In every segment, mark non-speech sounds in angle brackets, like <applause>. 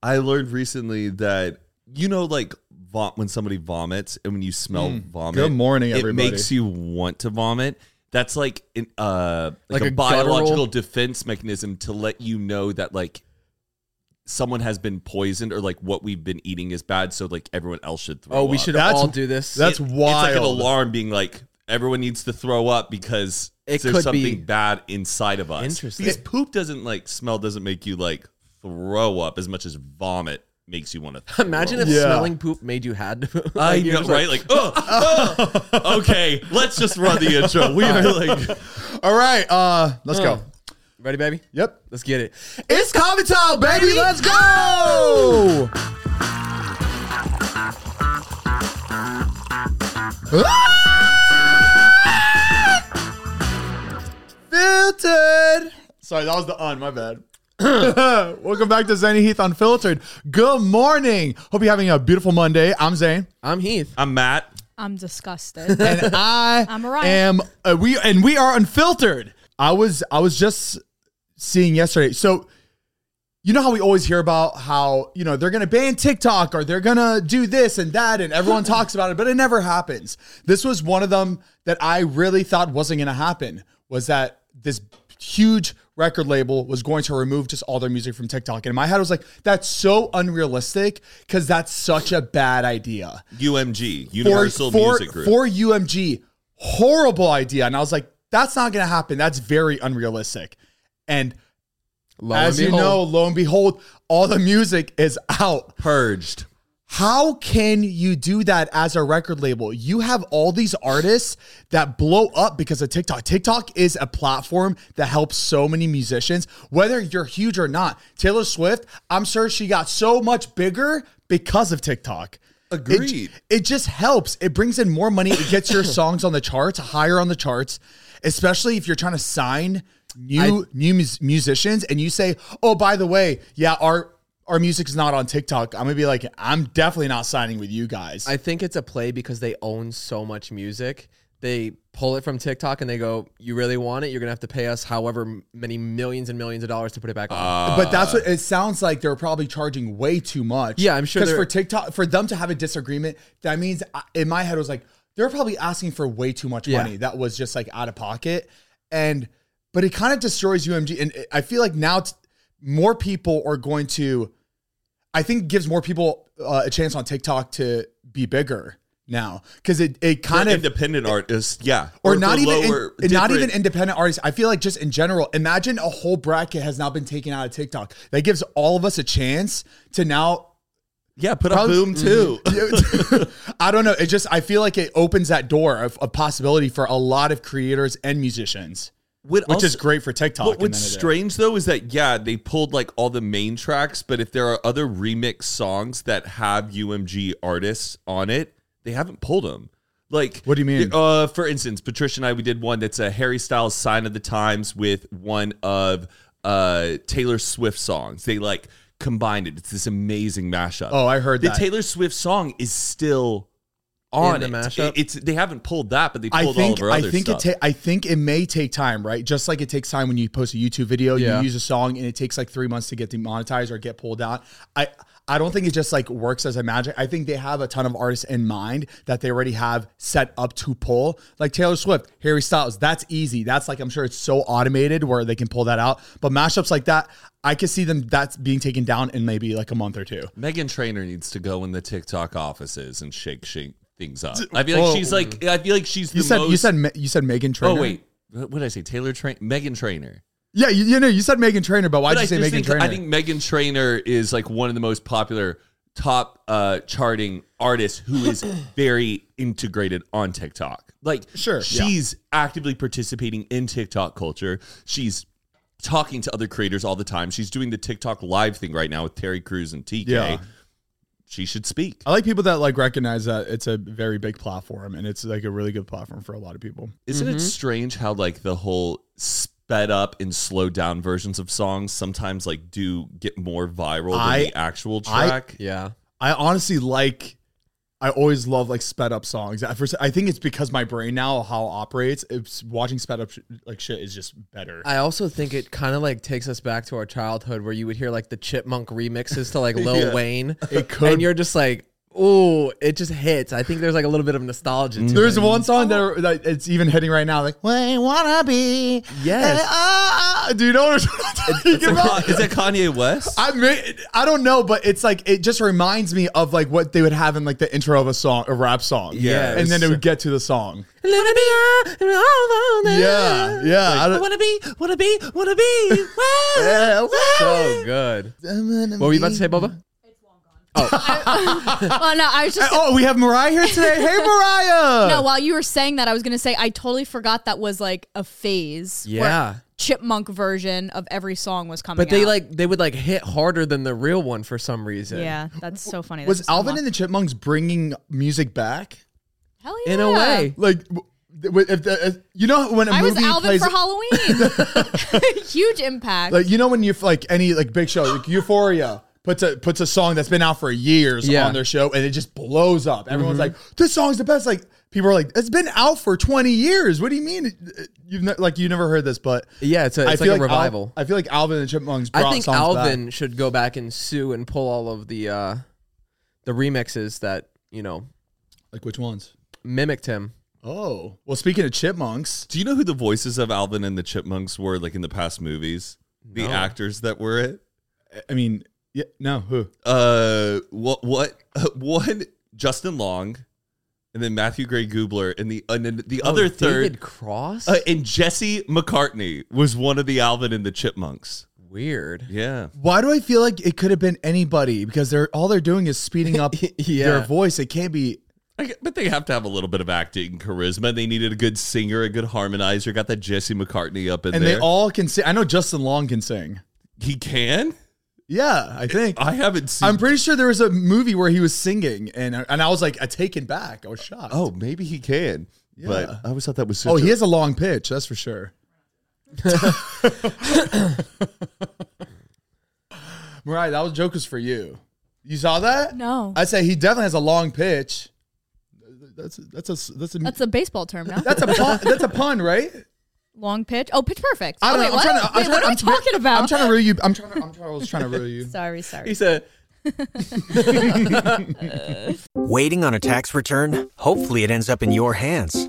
I learned recently that you know, like vom- when somebody vomits and when you smell vomit, Good morning, everybody. it makes you want to vomit. That's like an uh, like, Like a, a biological guttural- defense mechanism to let you know that like someone has been poisoned or like what we've been eating is bad. So like everyone else should throw. Oh, we up. should That's- all do this. that's- It- It's like an wild. alarm being like everyone needs to throw up because It there's could something be. bad inside of us. Interesting. Because poop doesn't like smell doesn't make you like throw up as much as vomit makes you want to. imagine if Yeah. smelling poop made you had. to- I Like, you're know, just right? Like, oh, oh, <laughs> okay, let's just run the intro. We are like, All right, uh, let's go. Ready, baby? Yep. Let's get it. It's coffee time, baby. Let's go. Ah! Filtered. <laughs> Sorry, that was the on. My bad. Welcome back to Zany Heath Unfiltered. Good morning. Hope you're having a beautiful Monday. I'm Zane, I'm Heath. I'm Matt. <laughs> I'm disgusted. and I I'm Mariah. am uh, we and we are unfiltered. I was I was just seeing yesterday. So you know how we always hear about how you know they're gonna ban TikTok or they're gonna do this and that, and everyone talks about it, but it never happens. This was one of them that I really thought wasn't gonna happen. Was that this huge record label was going to remove just all their music from TikTok? And in my head I was like, that's so unrealistic because that's such a bad idea UMG, Universal for, Music Group. for UMG. Horrible idea. And I was like, that's not going to happen. That's very unrealistic. And Lo as and you know, behold, lo and behold, all the music is out. Purged. How can you do that as a record label? You have all these artists that blow up because of TikTok. TikTok is a platform that helps so many musicians, whether you're huge or not. Taylor Swift, I'm sure she got so much bigger because of TikTok. Agreed. It, it just helps. It brings in more money. It gets your songs on the charts, higher on the charts, especially if you're trying to sign new new mus- musicians and you say, "Oh, by the way, yeah, our our music's not on TikTok." I'm going to be like, "I'm definitely not signing with you guys." I think it's a play because they own so much music. They pull it from TikTok and they go, "You really want it? You're gonna have to pay us however many millions and millions of dollars to put it back Uh, on." but that's what it sounds like. They're probably charging way too much. Yeah, I'm sure Because they're- for TikTok, for them to have a disagreement, that means I- in my head I was like, they're probably asking for way too much Yeah. money that was just like out of pocket, and but it kind of destroys UMG. And I feel like now t- more people are going to, I think, it gives more people uh, a chance on TikTok to be bigger now because it it kind For of independent artists, yeah, or, for not even in- lower- not even different- independent artists. I feel like just in general, imagine a whole bracket has now been taken out of TikTok. That gives all of us a chance to now. yeah, put up Probably- boom <laughs> too. I don't know. It just I feel like it opens that door of, of possibility for a lot of creators and musicians, Would which is also- great for TikTok. What, and what's then it- strange though is that yeah, they pulled like all the main tracks, but if there are other remix songs that have UMG artists on it, they haven't pulled them. Like What do you mean? Uh, for instance, Patricia and I we did one that's a Harry Styles "Sign of the Times" with one of uh, Taylor Swift songs. They like combined it. It's this amazing mashup. Oh, I heard the that. Taylor Swift song is still on the it. mashup? It- It's they haven't pulled that, but they I pulled all think of her I other think stuff. it ta- I think it may take time, right? Just like it takes time when you post a YouTube video, Yeah. you use a song, and it takes like three months to get demonetized or get pulled out. I I don't think it just like works as a magic. I think they have a ton of artists in mind that they already have set up to pull, like Taylor Swift, Harry Styles. That's easy. That's like I'm sure it's so automated where they can pull that out. But mashups like that, I could see them that's being taken down in maybe like a month or two. Megan Trainer needs to go in the TikTok offices and shake shake things up. I feel like Whoa. she's like I feel like she's You the said most. you said Ma- you said Megan Trainer. oh wait, what did I say? Taylor Train Megan Trainer. yeah, you, you know you said Megan Trainer, but why But did you I say just Megan think Trainer? I think Megan Trainer is like one of the most popular top uh charting artists who is very integrated on TikTok. Like Sure, yeah. she's actively participating in TikTok culture. She's talking to other creators all the time. She's doing the TikTok live thing right now with Terry Crews and TK. Yeah. she should speak. I like people that like recognize that it's a very big platform and it's like a really good platform for a lot of people. Isn't it strange how like the whole sped up and slowed down versions of songs sometimes like do get more viral than I- the actual I- track? Yeah. I honestly like. I always love like sped up songs. At first, I think it's because my brain now how it operates. It's watching sped up sh- like shit is just better. I also think it kind of like takes us back to our childhood where you would hear like the Chipmunk <laughs> remixes to like Lil Wayne. It could- And you're just like, ooh, it just hits. I think there's like a little bit of nostalgia to There's it. one song that, that it's even hitting right now. Like we wanna be. Yes. Eh, ah, ah." do you know what I'm talking about? Is that Kanye West? I may, I don't know, but it's like it just reminds me of like what they would have in like the intro of a song, a rap song. Yes. and then it would get to the song. Let it be, uh, all alone. Yeah, yeah. I don't- wanna be, wanna be, wanna be. Yeah, so good. What were you about to say, Boba? Well, no, I was just. Oh, we have Mariah here today. Hey, <laughs> Mariah. No, while you were saying that, I was gonna say I totally forgot that was like a phase. where Yeah. chipmunk version of every song was coming. But they out. like they would like hit harder than the real one for some reason. Yeah, that's so funny. Was Alvin and the Chipmunks bringing music back? Hell yeah. In a way. Like, w- w- if the, if- you know when a I was movie <laughs> Alvin plays, for Halloween. <laughs> Huge impact. like you know when you like any like big show, like Euphoria. Puts a puts a song that's been out for years Yeah. Mm-hmm. on their show and it just blows up. Everyone's like, "This song's the best!" Like people are like, "It's been out for twenty years. What do you mean? It- it- You've ne- like you never heard this?" But Yeah, it's a- it's like a Al- revival. I feel like Alvin and the Chipmunks. Brought I think songs back. Alvin should go back and sue and pull all of the uh the remixes that, you know, Like which ones? mimicked him. Oh, well. Speaking of Chipmunks, Do you know who the voices of Alvin and the Chipmunks were like in the past movies? The actors that were it? I mean, yeah, no, who? Uh what what <laughs> one Justin Long and then Matthew Gray Goobler and the and then the other Oh, third David Cross? Uh, and Jesse McCartney was one of the Alvin and the Chipmunks. Weird. Yeah. Why do I feel like it could have been anybody? Because they're all they're doing is speeding <laughs> up Yeah. their voice. It can't be. I get- but they have to have a little bit of acting charisma. They needed a good singer, a good harmonizer. Got that Jesse McCartney up in And there. they all can sing. I know Justin Long can sing. he can. Yeah, I think. I haven't seen. I'm pretty sure there was a movie where he was singing, and and I was like, I taken back. I was shocked. oh, maybe he can. But Yeah. I always thought that was. Such oh, he a- has a long pitch. That's for sure. <laughs> Mariah, that was joke was for you. You saw that? No. I said he definitely has a long pitch. That's that's a that's a that's a baseball term now. that's a pun, that's a pun, right? Long pitch. Oh, pitch perfect. I oh, don't wait, know. what? I'm trying to. I'm Wait, trying, what are I'm we try- talking about? I'm trying to reel you. I'm trying. To, I'm trying. I was trying to reel <laughs> you. sorry, sorry. He said Waiting on a tax return? Hopefully, it ends up in your hands.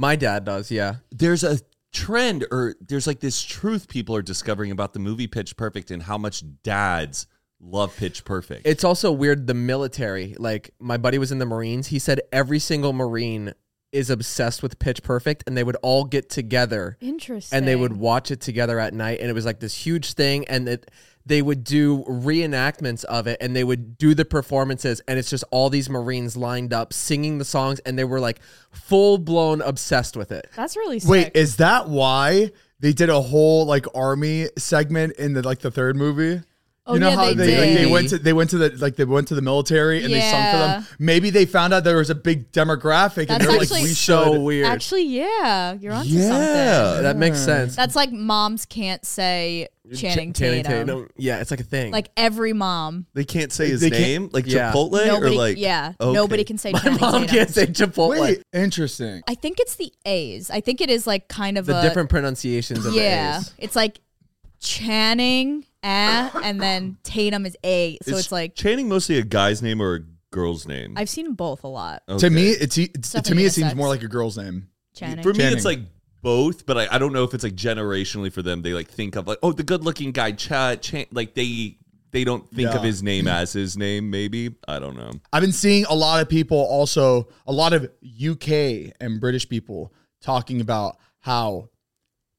my dad does, yeah. There's a trend, or there's like this truth people are discovering about the movie Pitch Perfect and how much dads love Pitch Perfect. It's also weird the military. Like my buddy was in the Marines. He said every single Marine is obsessed with Pitch Perfect and they would all get together Interesting. and they would watch it together at night and it was like this huge thing and it, they would do reenactments of it and they would do the performances and it's just all these marines lined up singing the songs and they were like full blown obsessed with it That's really sick. Wait, is that why they did a whole like army segment in the like the third movie? Oh, you know yeah, how they they like, they did. went to they went to the like they went to the military and they sung for Yeah. them. Maybe they found out there was a big demographic and That's they're like, actually- we so should. weird Actually, yeah, you're onto yeah. something. that makes sense That's like moms can't say Channing, Ch- Channing Tatum. Tatum. yeah it's like a thing Like every mom, They can't say his They can't- name, like Yeah. Chipotle, nobody, or like yeah, Okay. nobody can say my <laughs> Channing mom Tatum. can't say chipotle Wait, interesting. I think it's the A's. I think it is like kind of the a different pronunciations of Yeah, the A's. it's like Channing, eh, and then Tatum is A. So Is it's like Channing mostly a guy's name or a girl's name. I've seen both a lot. Oh, To Okay. me, it's, it's to Stephanie me it is seems sex. more like a girl's name. Channing. For me, Channing. it's like both, but I, I don't know if it's like generationally for them. They like think of like, oh, the good looking guy, Chad, Chan, like they they don't think of Yeah. his name as his name. Maybe I don't know. I've been seeing a lot of people also, a lot of UK and British people talking about how,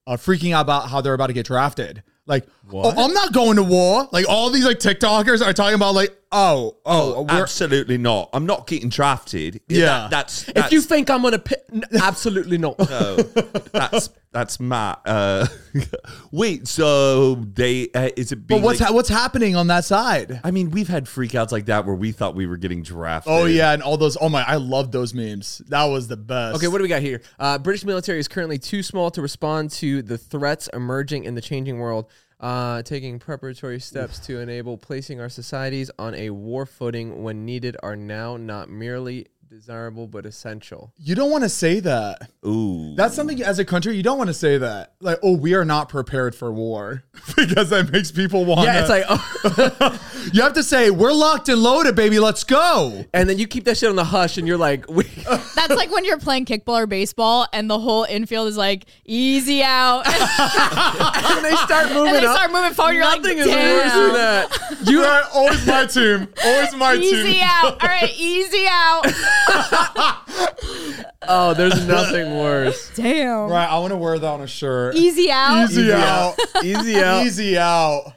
uh, freaking out about how they're about to get drafted. Like, oh, I'm not going to war. Like, all these like TikTokers are talking about like, oh, oh, we're, Absolutely not. I'm not getting drafted. Yeah. That- that's, If that's you think I'm gonna pick, <laughs> n- absolutely not. no, that's that's Matt. Uh, <laughs> wait, so they uh, is it? but being what's like- ha- what's happening on that side? I mean, we've had freakouts like that where we thought we were getting drafted. Oh yeah, and all those. Oh my, I love those memes. That was the best. Okay, what do we got here? Uh, British military is currently too small to respond to the threats emerging in the changing world, uh, taking preparatory steps to enable placing our societies on a war footing when needed are now not merely desirable but essential. you don't want to say that. Ooh. That's something as a country you don't want to say that. Like, oh, we are not prepared for war <laughs> because that makes people want. Yeah, it's like, oh, you have to say we're locked and loaded, baby. Let's go. <laughs> and then you keep that shit on the hush, and you're like, <laughs> we, That's like when you're playing kickball or baseball and the whole infield is like <laughs> easy out. and and they start moving they up. start moving forward. You're Nothing is like, worse Damn. than that. You are always my team. Always my Easy out. All right, easy <laughs> out. Oh, there's nothing <laughs> worse. Damn. Right, I want to wear that on a shirt. Easy out. Easy out. Easy out. Easy out.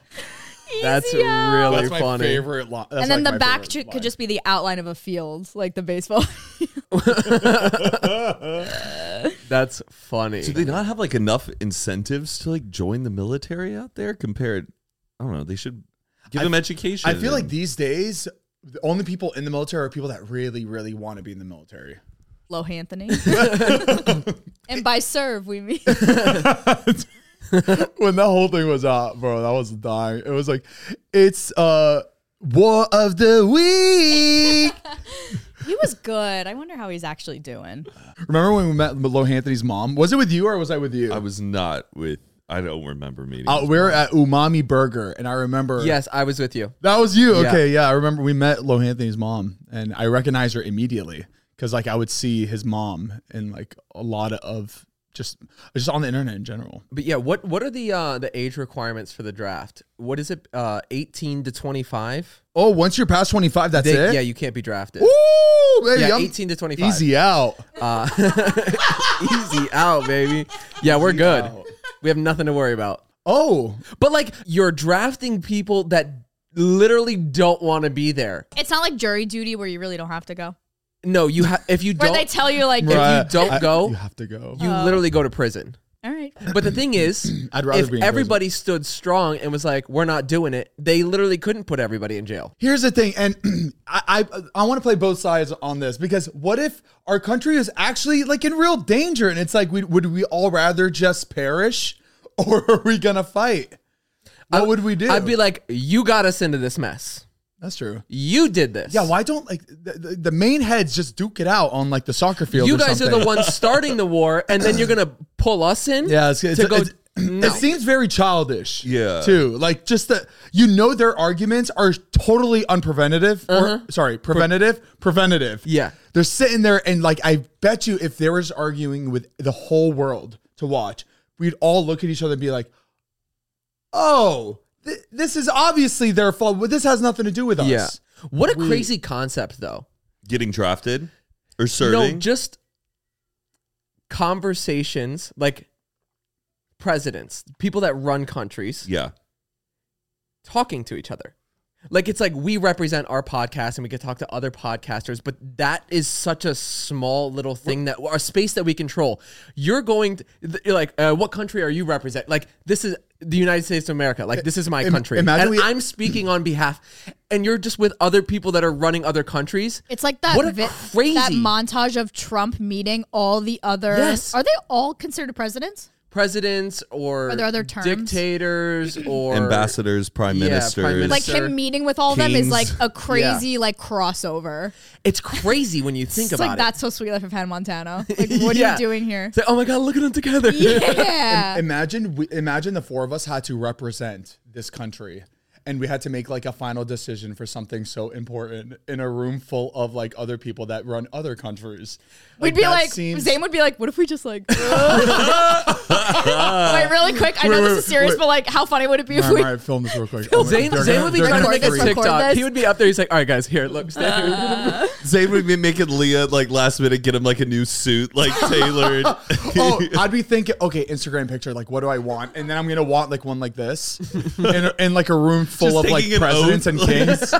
That's Easy really out. That's my funny. favorite line. and then the back ju- could just be the outline of a field, like the baseball. <laughs> That's funny. Do they not have like enough incentives to like join the military out there compared? I don't know. They should give them education. I feel like and- these days, the only people in the military are people that really, really want to be in the military. <laughs> Lohanthony. and by serve, we mean. when that whole thing was out, bro, that was dying. It was like, it's uh war of the <laughs> week. <laughs> He was good. I wonder how he's actually doing. Remember when we met Lohanthony's mom? Was it with you or was I with you? I was not with. I don't remember meeting. Uh, we were at Umami Burger, and I remember. Yes, I was with you. that was you. Yeah. Okay, yeah, I remember we met Lohanthony's mom, and I recognized her immediately because like I would see his mom in like a lot of just just on the internet in general. But yeah, what what are the uh, the age requirements for the draft? What is it? Uh, eighteen to twenty five. Oh, once you're past twenty five, that's it. Yeah, you can't be drafted. Woo, baby, yeah, I'm eighteen to twenty five. easy out. Uh, <laughs> easy out, baby. Yeah, we're good. We have nothing to worry about. Oh, But like, you're drafting people that literally don't want to be there. It's not like jury duty where you really don't have to go. No, you have if you Where don't. they tell you, like, If Right. you don't I- go, you have to go. you literally go to prison. all right. But the thing is, <clears throat> I'd rather if be in prison. everybody stood strong and was like, "We're not doing it," they literally couldn't put everybody in jail. Here's the thing, and <clears throat> I I, I want to play both sides on this because what if our country is actually like in real danger, and it's like, we, would we all rather just perish, <laughs> or are we gonna fight? What I- would we do? I'd be like, "You got us into this mess. that's true. You did this. Yeah, why don't like the, the, the main heads just duke it out on like the soccer field? You or guys are something? the ones starting the war, and then you're gonna pull us in. Yeah, it's, it's, to <clears throat> go. it's- no. it seems very childish. Yeah. too. Like just that you know their arguments are totally unpreventative. Or, sorry, preventative, preventative. Uh-huh. Yeah. they're sitting there and like I bet you if there was arguing with the whole world to watch, we'd all look at each other and be like, "Oh, th- this is obviously their fault. But this has nothing to do with us." yeah. What a crazy concept, though. getting drafted or serving. No, just conversations like presidents, people that run countries, yeah. talking to each other. Like it's like we represent our podcast and we could talk to other podcasters, but that is such a small little thing that our space that we control. You're going to you're like, uh, what country are you represent? Like this is the United States of America. Like this is my Im- country. imagine and we- I'm speaking on behalf, and you're just with other people that are running other countries. It's like that What a vi- crazy- that montage of Trump meeting all the other. Yes. Are they all considered presidents? presidents or Are there other terms? <clears throat> dictators or Ambassadors, prime Yeah, prime ministers. Like Sir. him meeting with all of them is Kings. like a crazy like crossover. It's crazy when you think it's about like it. that's so sweet life of <laughs> Hannah Montana. Like what are Yeah. you doing here? <laughs> It's like, oh my god, look at them together. <laughs> Yeah. Imagine we, imagine the four of us had to represent this country. and we had to make like a final decision for something so important in a room full of like other people that run other countries. We'd be that like, seems- Zane would be like, what if we just like. <laughs> wait, really quick. I know Wait, this is wait, serious, wait. but like, how funny would it be if All we. right, film this real quick. Oh my Zane, God, they're Zane gonna- would be they're trying to gonna make oh, a freak. record TikTok. this. He would be up there. He's like, all right, guys, here, look, stay <laughs> here. Zane would be making Leah like last minute get him like a new suit, like <laughs> tailored. oh, I'd be thinking, okay, Instagram picture, like, what do I want? And then I'm gonna want like one like this, in, in like a room full Just of like taking an presidents oath, and like- kings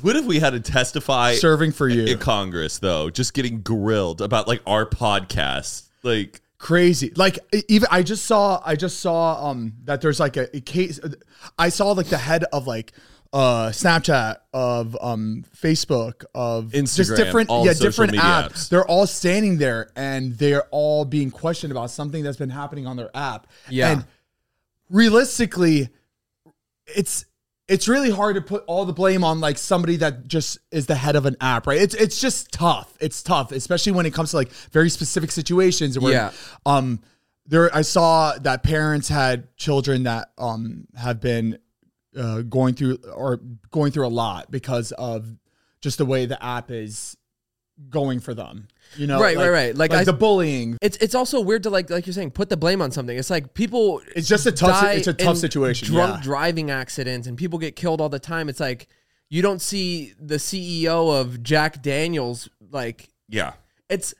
what if we had to testify serving for you. in Congress though? Just getting grilled about like our podcast, like Crazy. Like e- even I just saw, I just saw um that there's like a, a case. I saw like the head of like uh Snapchat of um Facebook of Instagram, all social media apps. They're all standing there and they're all being questioned about something that's been happening on their app. Yeah. And realistically, it's it's really hard to put all the blame on like somebody that just is the head of an app, right? It's it's just tough. It's tough, especially when it comes to like very specific situations where Yeah. um there I saw that parents had children that um have been uh, going through or going through a lot because of just the way the app is going for them. You know, Right, right, right. Like like I- the bullying. It's it's also weird to like like you're saying put the blame on something. It's like people. It's just a tough si- die it's a tough in situation, Drunk yeah. driving accidents and people get killed all the time. It's like you don't see the CEO of Jack Daniels like yeah. it's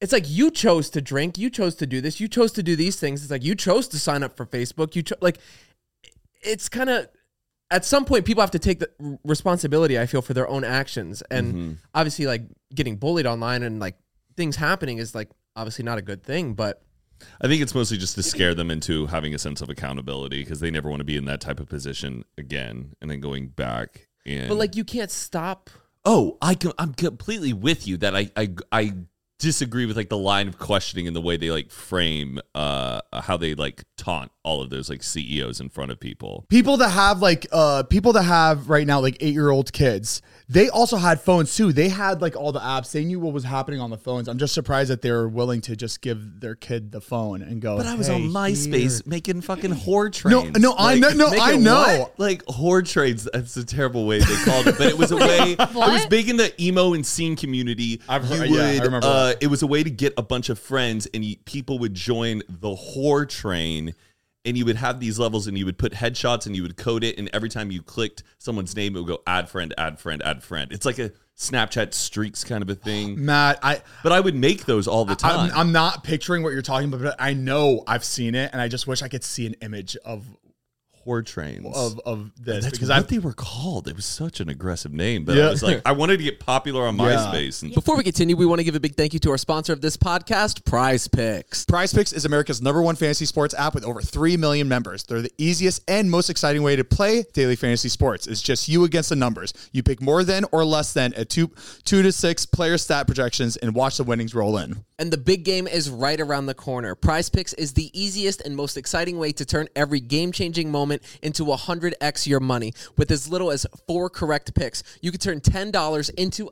it's like you chose to drink, you chose to do this, you chose to do these things. It's like you chose to sign up for Facebook. You cho- like it's kind of at some point people have to take the r- responsibility I feel for their own actions. And obviously like getting bullied online and like things happening is like obviously not a good thing, but I think it's mostly just to scare them into having a sense of accountability because they never want to be in that type of position again, and then going back. And but like you can't stop oh, I com- I'm completely with you that I I I disagree with like the line of questioning and the way they like frame uh how they like taunt all of those like CEOs in front of people. people that have like uh people that have right now like eight year old kids they also had phones too they had like all the apps they knew what was happening on the phones i'm just surprised that they were willing to just give their kid the phone and go But I was "Hey, on MySpace making <laughs> fucking whore No, trains. no, I know- no, make I it know. what? Like whore trains. That's a terrible way they called it, but it was <laughs> a way. it was big in the emo and scene community. I've heard- You yeah, I remember Uh, that. it was a way to get a bunch of friends, and you, people would join the whore train. And you would have these levels, and you would put headshots, and you would code it. And every time you clicked someone's name, it would go add friend, add friend, add friend. It's like a Snapchat streaks kind of a thing. matt i But I would make those all the time. Um, I'm, I'm not picturing what you're talking about but i know i've seen it and i just wish i could see an image of whore trains of of this That's because what i've they were called. It was such an aggressive name, but Yeah. I was like, I wanted to get popular on Yeah. MySpace. And Before we continue, we want to give a big thank you to our sponsor of this podcast, Prize Picks. Prize Picks is America's number one fantasy sports app with over 3 million members. They're the easiest and most exciting way to play daily fantasy sports. It's just you against the numbers. You pick more than or less than at two, two to six player stat projections and watch the winnings roll in. And the big game is right around the corner. Prize Picks is the easiest and most exciting way to turn every game changing moment into 100x your money. With as little as four correct picks, you could turn $10 into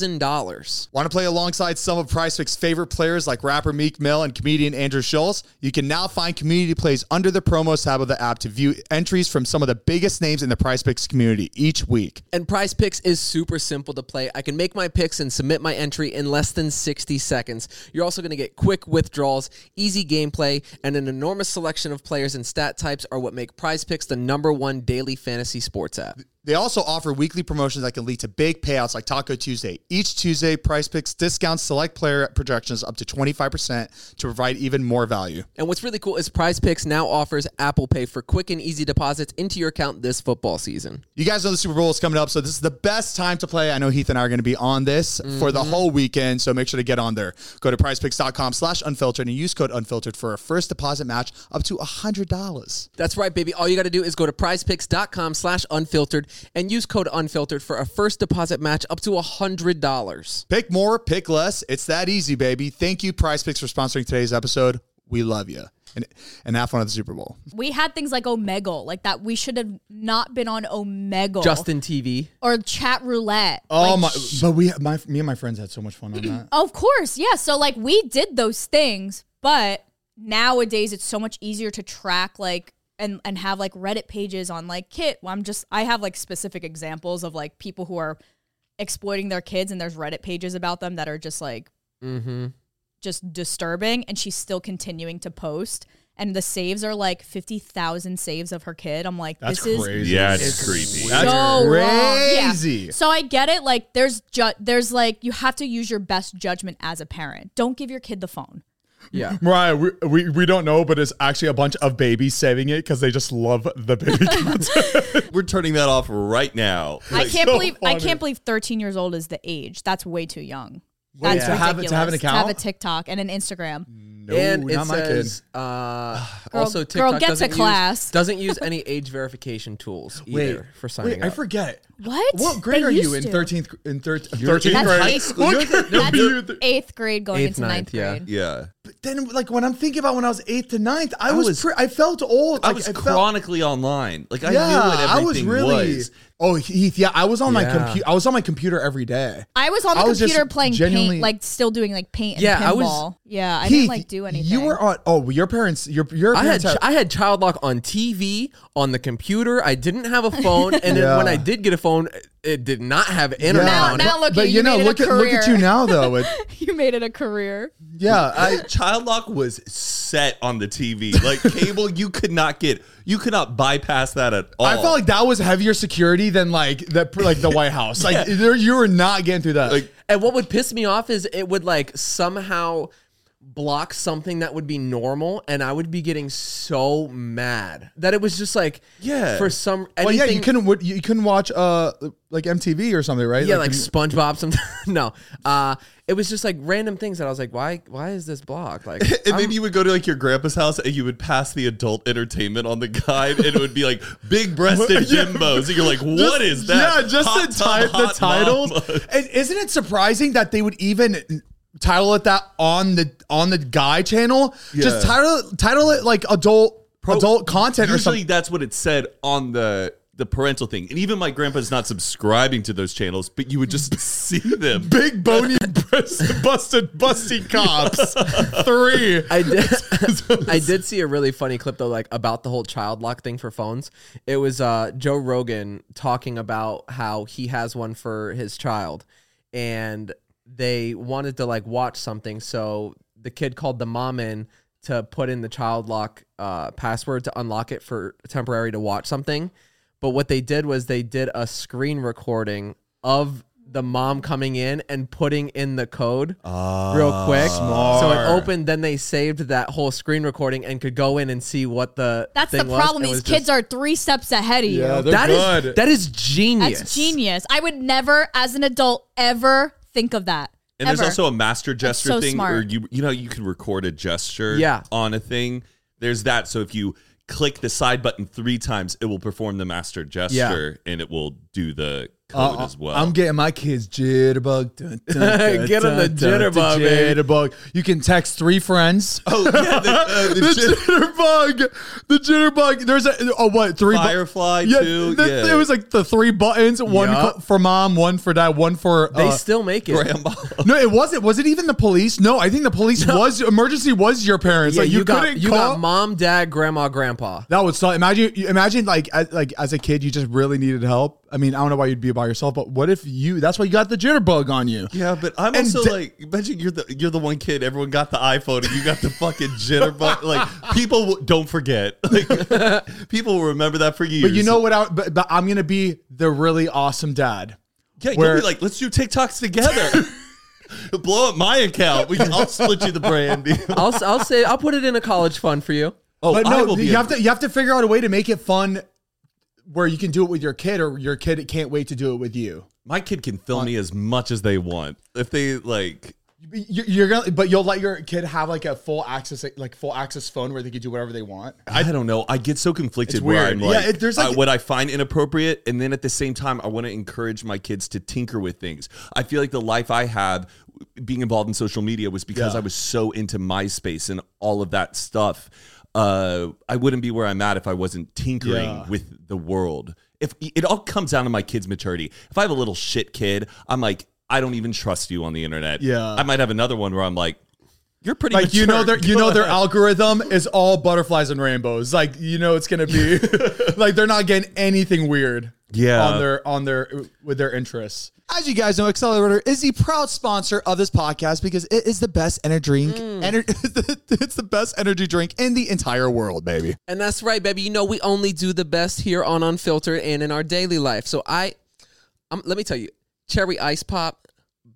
$1,000. Want to play alongside some of Prize Picks' favorite players like rapper Meek Mill and comedian Andrew Schultz? You can now find community plays under the promos tab of the app to view entries from some of the biggest names in the Prize Picks community each week. And Prize Picks is super simple to play. I can make my picks and submit my entry in less than 60 seconds. You're also going to get quick withdrawals, easy gameplay, and an enormous selection of players and stat types are what make Prize Picks the number one daily fantasy sports app. They also offer weekly promotions that can lead to big payouts like Taco Tuesday. Each Tuesday, Price Picks discounts select player projections up to 25% to provide even more value. And what's really cool is Prize Picks now offers Apple Pay for quick and easy deposits into your account this football season. You guys know the Super Bowl is coming up, so this is the best time to play. I know Heath and I are going to be on this for the whole weekend, so make sure to get on there. Go to prizepicks.com slash unfiltered and use code unfiltered for a first deposit match up to $100. That's right, baby. All you got to do is go to prizepicks.com slash unfiltered and use code unfiltered for a first deposit match up to $100. Pick more, pick less. It's that easy, baby. Thank you, Price Picks, for sponsoring today's episode. We love you. And, and have fun at the Super Bowl. We had things like Omegle, like that. We should have not been on Omegle. Justin TV. Or chat roulette. oh Like, my sh- but we my me and my friends had so much fun on that <clears throat> Of course, yeah. So like we did those things, but nowadays it's so much easier to track like and and have like Reddit pages on like kit. Well, I'm just I have like specific examples of like people who are exploiting their kids, and there's Reddit pages about them that are just like Mm-hmm. just disturbing and she's still continuing to post and the saves are like 50,000 saves of her kid. I'm like That's this is crazy. Yeah, it's creepy. so That's- wrong. Yeah. crazy. So I get it like there's ju- there's like you have to use your best judgment as a parent. Don't give your kid the phone. <laughs> Yeah. Mariah, we, we, we don't know, but it's actually a bunch of babies saving it because they just love the baby content. We're turning that off right now. I can't so believe I funny. can't believe 13 years old is the age. That's way too young. Wait, That's to have- ridiculous. to have an account? Mm. a TikTok and an Instagram. no, and it says, uh, Girl- also girl, TikTok get to doesn't use- class. doesn't use any age verification tools either for signing wait, up. I forget. What? What grade They are you used in to. 13th gr- in thir- 13th in grade? high school. What You're- grade no, are you in thir- Eighth grade going Eighth, into ninth, ninth, yeah. grade. Yeah. then like when I'm thinking about when I was 8th to ninth, I, was, was- pre- I felt old. I Like, was felt- chronically online. Like I knew what everything was. Oh, Heath, yeah, I was on my Yeah. computer. I was on my computer every day. I was on the I was just computer playing genuinely- paint, like still doing like paint and Yeah, I pinball. was- yeah, I Heath, didn't like do anything. You were on. Oh, your parents. Your your I had parents ch- I had child lock on TV on the computer. I didn't have a phone, and then when Yeah. I did get a phone, it did not have internet. Now- on it. now look at you, you know, made it a look at look at career. you now though. <laughs> It, <laughs> you made it a career. yeah, I, Child lock was set on the TV. Like cable, you could not get, you could not bypass that at all. I felt like that was heavier security than like that, like the White House. Like there, you were not getting through that. Like, And what would piss me off is it would like somehow block something that would be normal, and I would be getting so mad that it was just like Yeah. for some anything, well, yeah, you couldn't wa- you couldn't watch uh like MTV or something, right? yeah like, SpongeBob some <laughs> no uh it was just like random things that I was like why why is this <laughs> blocked like and I'm- then you would go to like your grandpa's house and you would pass the adult entertainment on the guide and it would be like big breasted <laughs> Yeah. bimbos. And you're like, what Just- is that? Yeah, just Hot the, tub, ti- the hot titles. mama. <laughs> And isn't it surprising that they would even title it that on the on the guy channel? Just Yeah. Oh, title title it like adult adult content or Usually something. that's what it said on the the parental thing. And even my grandpa's not subscribing to those channels, but you would just <laughs> see them. <laughs> Big bony <laughs> breast- busted busty cops three. I did. I did see a really funny clip though, like about the whole child lock thing for phones. It was uh, Joe Rogan talking about how he has one for his child, and they wanted to like watch something, so the kid called the mom in to put in the child lock uh, password to unlock it for temporary to watch something. But what they did was they did a screen recording of the mom coming in and putting in the code Uh, real quick. So it opened, then they saved that whole screen recording and could go in and see what the That's the thing was. problem. It These was kids just- are three steps ahead of you. Yeah, they're that is- good. that is genius. That's genius. I would never, as an adult, ever think of that. And ever. there's also a master gesture so thing smart. where you you know you can record a gesture Yeah. on a thing. There's that. So if you click the side button three times, it will perform the master gesture and it will do the code Uh, as well. <laughs> I'm getting my kids jitterbug. Dun, dun, dun, <laughs> Get 'em the dun, dun, jitterbug, dun, baby. Jitterbug. You can text three <laughs> friends. oh yeah, the, <laughs> uh, the the jitter- jitterbug, the jitterbug. There's a oh what three bu- Firefly yeah, too. the- yeah. It was like the three buttons: one Yeah. co- for mom, one for dad, one for. They uh, still make it. grandma. <laughs> no, it wasn't. Was it even the police? No, I think the police was emergency was your parents. Yeah, like you, you, got couldn't you call. got mom, dad, grandma, grandpa. that would suck. Imagine, you- imagine like as, like as a kid, you just really needed help. I mean, I don't know why you'd be by yourself, but what if you? That's why you got the jitterbug on you. Yeah, but I'm And also da- like, imagine you're the you're the one kid. Everyone got the iPhone, and you got the fucking jitterbug. like people w- don't forget. <laughs> Like people will remember that for years. But you know what? I, but, but I'm gonna be the really awesome dad. Yeah, where- you'll be like, let's do TikToks together. <laughs> Blow up my account. We can, I'll split you the brand. I'll s- I'll say I'll put it in a college fund for you. Oh, but I no, will be you a- have to you have to figure out a way to make it fun, where you can do it with your kid, or your kid can't wait to do it with you. My kid can film me as much as they want. If they like, You- You're gonna, but you'll let your kid have like a full access, like full access phone where they can do whatever they want. I, don't know. I get so conflicted It's where weird. I'm Yeah, like, it- there's I- like- what I find inappropriate, and then at the same time, I want to encourage my kids to tinker with things. I feel like the life I have being involved in social media was because Yeah. I was so into MySpace and all of that stuff. Uh, I wouldn't be where I'm at if I wasn't tinkering Yeah. with the world. If it all comes down to my kid's maturity. If I have a little shit kid, I'm like, I don't even trust you on the internet. Yeah. I might have another one where I'm like, You're pretty like you mature. know their you Go <laughs> know <laughs> their ahead. algorithm is all butterflies and rainbows. Like you know it's <laughs> gonna be <laughs> like they're not getting anything weird. Yeah. on their on their with their interests. As you guys know, Accelerator is the proud sponsor of this podcast because it is the best energy drink. Mm. ener- <laughs> it's the best energy drink in the entire world, baby. And that's right, baby. You know we only do the best here on Unfiltered and in our daily life. So I, um, let me tell you, cherry ice pop,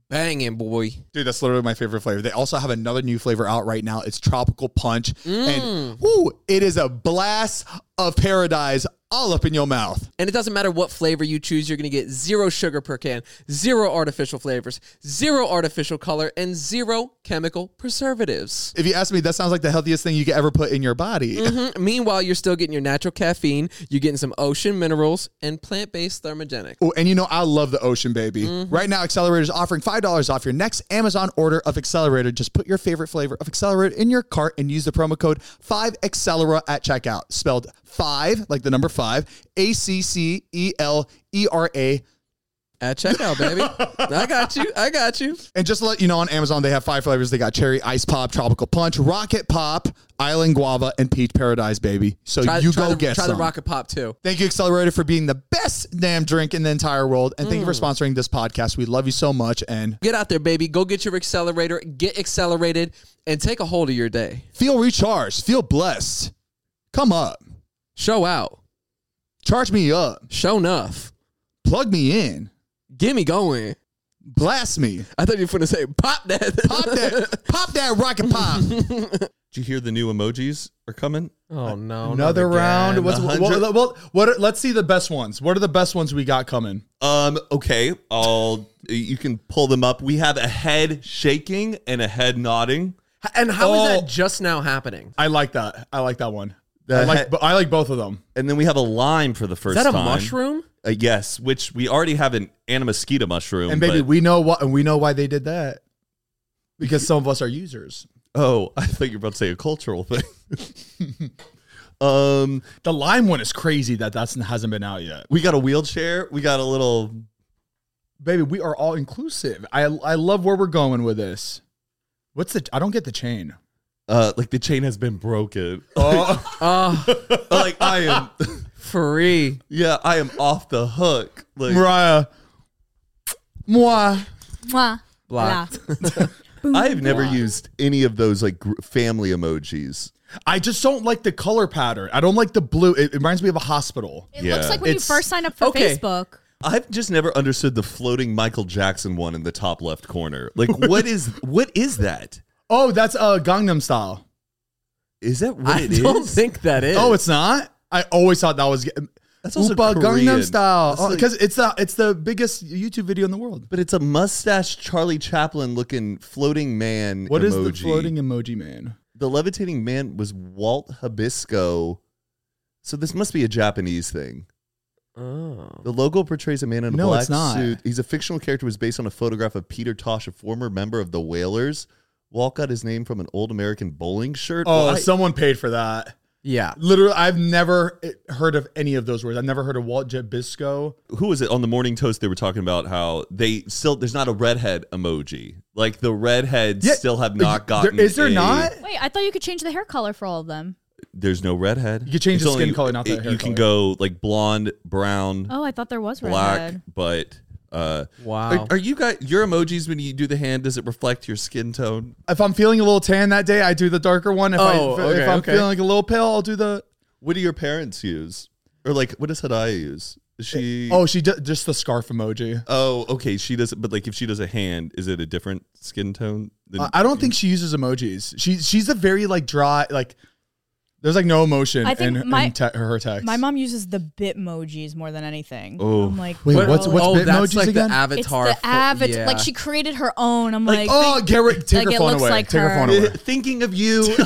banging boy. Dude, that's literally my favorite flavor. They also have another new flavor out right now. It's tropical punch, and whoo, it is a blast of paradise all up in your mouth. And it doesn't matter what flavor you choose, you're going to get zero sugar per can, zero artificial flavors, zero artificial color, and zero chemical preservatives. If you ask me, that sounds like the healthiest thing you could ever put in your body. Mhm. Meanwhile, you're still getting your natural caffeine, you're getting some ocean minerals, and plant based thermogenic. Oh, and you know I love the ocean, baby. Mm-hmm. Right now, Accelerator is offering five dollars off your next Amazon order of Accelerator. Just put your favorite flavor of Accelerator in your cart and use the promo code Five Accelera at checkout, spelled five like the number five, A C C E L E R A. At checkout, Ah, <laughs> baby. I got you. I got you. And just to let you know, on Amazon they have five flavors. They got cherry ice pop, tropical punch, rocket pop, island guava, and peach paradise, baby. So Try, you try go the, get Try some. the rocket pop, too. Thank you, Accelerator, for being the best damn drink in the entire world. And thank you for sponsoring this podcast. We love you so much. And Get out there, baby. Go get your accelerator, get accelerated, and take a hold of your day. Feel recharged. Feel blessed. Come up. Show out. Charge me up. Show enough. Plug me in. Get me going. Blast me. I thought you were going to say pop that. Pop that. pop that rocket pop. Did you hear the new emojis are coming? Oh no! Another round. What's, A what, hundred- what, what, what are- let's see the best ones. What are the best ones we got coming? Um. Okay. I'll. You can pull them up. We have a head shaking and a head nodding. And how is Oh. that just now happening? I like that. I like that one. I he- like bo- I like both of them. And then we have a lime for the first Is that a time. mushroom? Uh, yes, which we already have an anamosquito mushroom. And baby, Um, but- we know what and we know why they did that. Because some of us are users. oh, <laughs> I thought you were about to say a <laughs> cultural thing. um, The lime one is crazy that that's hasn't been out yet. we got a wheelchair. We got a little. Baby, we are all inclusive. I I love where we're going with this. What's the I don't get the chain. Uh, like the chain has been broken. Oh, uh, <laughs> like I am. Free. Yeah, I am off the hook. Like Mariah. Moi. Mwah. Blocked. Blah. I <laughs> have never used any of those like gr- family emojis. I just don't like the color pattern. I don't like the blue. It, it reminds me of a hospital. It Yeah. looks like when It's- you first sign up for okay. Facebook. I've just never understood the floating Michael Jackson one in the top left corner. <laughs> Like, what is what is that? Oh, that's uh Gangnam style. Is that what I it is? don't think that is. Oh, it's not. I always thought that was That's that's also also Korean. Gangnam Style That's like- because it's the it's the biggest YouTube video in the world. But it's a mustache Charlie Chaplin looking floating man. What is emoji. the floating emoji man? The levitating man was Walt Hibisco. So this must be a Japanese thing. Oh. The logo portrays a man in a No, black it's not. suit. He's a fictional character. who Was based on a photograph of Peter Tosh, a former member of the Whalers. Walt got his name from an old American bowling shirt. Oh, Well, I- someone paid for that. Yeah. Literally, I've never eh, heard of any of those words. I've never heard of Walt Jabisco. who was it on the morning toast? They were talking about how they still there's not a redhead emoji. Like the redheads Yeah, still have not gotten. There, is there a- not? Wait, I thought you could change the hair color for all of them. There's no redhead. You could change It's the skin color, not the hair You can color. go like blonde, brown, Oh, I thought there was black, redhead. but. Uh, Wow. are, are you guys your emojis when you do the hand? Does it reflect your skin tone? If I'm feeling a little tan that day, I do the darker one. If, Oh, I, okay, if I'm okay. feeling like a little pale, I'll do the. What do your parents use? Or like, what does Hadaya use? Is she? Oh, she d- just the scarf emoji. oh, okay. She doesn't. But like, if she does a hand, is it a different skin tone? Than, Uh, I I don't think she uses emojis. She she's a very like dry like. There's like no emotion I think in, my- in te- her text. My mom uses the bitmojis more than anything. Oh. I'm like, Wait, girl, what's- what's oh, that's Bitmojis like again? the it's avatar. the fo- avatar. yeah. Like she created her own. I'm like, oh, Garrett, take like, her it phone looks away. like take her. her. phone <laughs> away. thinking of <laughs> you.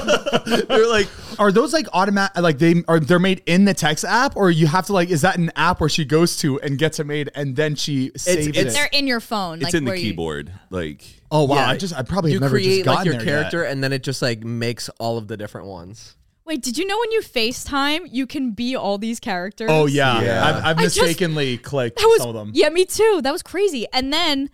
They're like, Are those like automatic? Like they are? They're made in the text app, or you have to like? Is that an app where she goes to and gets it made, and then she saves it's- it? they're in your phone. it's like, in the where you- keyboard. Like, Oh wow! Yeah. I just I probably you have never create like just gotten your there character, Yet. and then it just like makes all of the different ones. Wait, did you know when you FaceTime, you can be all these characters? Oh yeah, I've, I've I just- mistakenly clicked That was some of them. yeah, me too. That was crazy. And then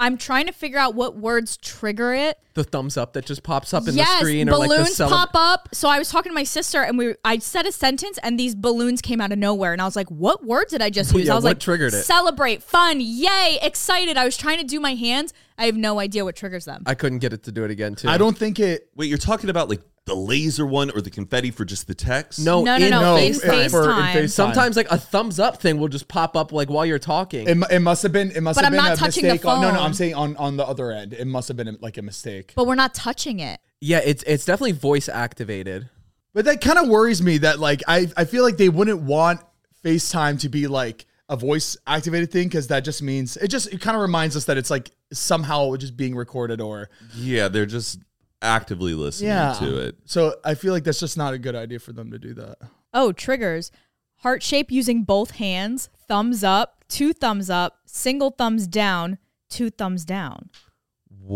I'm trying to figure out what words trigger it. The thumbs up that just pops up in yes, the screen, or balloons like the cele- pop up. So I was talking to my sister, and we I said a sentence, and these balloons came out of nowhere, and I was like, "What word did I just <laughs> use?" Yeah, I was what like, triggered it? Celebrate, fun, yay, excited. I was trying to do my hands. I have no idea what triggers them. I couldn't get it to do it again too. I don't think it. Wait, you're talking about like the laser one or the confetti for just the text? No, no, no, in no. no, face, in- face for- in time. face- Sometimes like a thumbs up thing will just pop up like while you're talking. It, mu- it must have been. It must But have I'm been not a touching the mistake. on- no, no, phone. I'm saying on on the other end, it must have been a- like a mistake. but we're not touching it. yeah, it's it's definitely voice activated. But that kind of worries me that like I I feel like they wouldn't want FaceTime to be like a voice activated thing because that just means it just it kind of reminds us that it's like somehow just being recorded or Yeah, they're just actively listening Yeah. to it. so I feel like that's just not a good idea for them to do that. Oh, triggers. Heart shape using both hands, thumbs up, two thumbs up, single thumbs down, two thumbs down.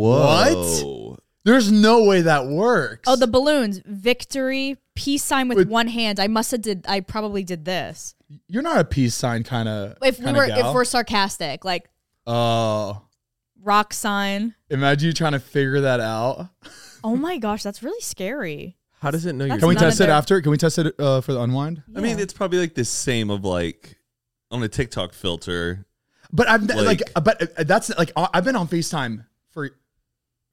Whoa. There's no way that works. Oh, the balloons, victory, peace sign with, With- one hand. I must have did I probably did this. you're not a peace sign kind of. If we were if we're sarcastic, like oh, rock sign. imagine you trying to figure that out. Oh my gosh, that's really scary. How does it know That's Can you're? we None of test it their- after? Can we test it uh, for the unwind? I mean, it's probably like the same of like on a TikTok filter. But I've like, Like- but uh, that's like I- I've been on Facetime for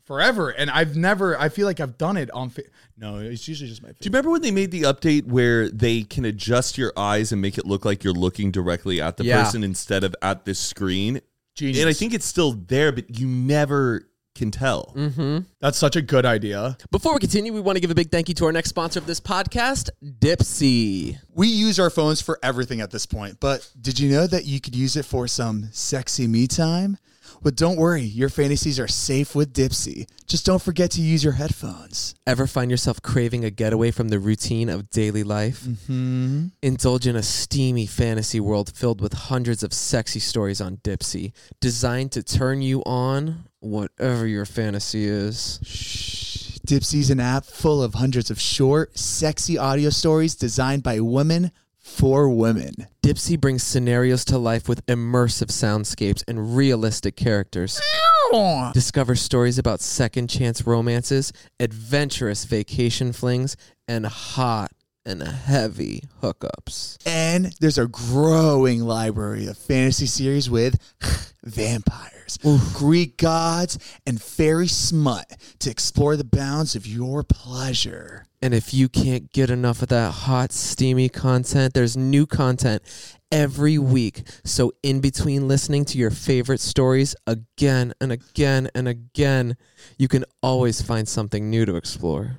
forever, and I've never. I feel like I've done it on. Fa- no, it's usually just my. Do you Face. remember when they made the update where they can adjust your eyes and make it look like you're looking directly at the Yeah. person instead of at this screen? Genius. And I think it's still there, but you never can tell. Mm. that's such a good idea. Before we continue, we want to give a big thank you to our next sponsor of this podcast, Dipsy. We use our phones for everything at this point, but did you know that you could use it for some sexy me time? But don't worry, your fantasies are safe with Dipsy. Just don't forget to use your headphones. Ever find yourself craving a getaway from the routine of daily life? Indulge in a steamy fantasy world filled with hundreds of sexy stories on Dipsy, designed to turn you on, whatever your fantasy is. Dipsy's an app full of hundreds of short, sexy audio stories designed by women for women. Dipsy brings scenarios to life with immersive soundscapes and realistic characters. Discover stories about second chance romances, adventurous vacation flings, and hot and heavy hookups. And there's a growing library of fantasy series with <laughs> vampires, Greek gods, and fairy smut to explore the bounds of your pleasure. And if you can't get enough of that hot, steamy content, there's new content every week. So, in between listening to your favorite stories again and again and again, you can always find something new to explore.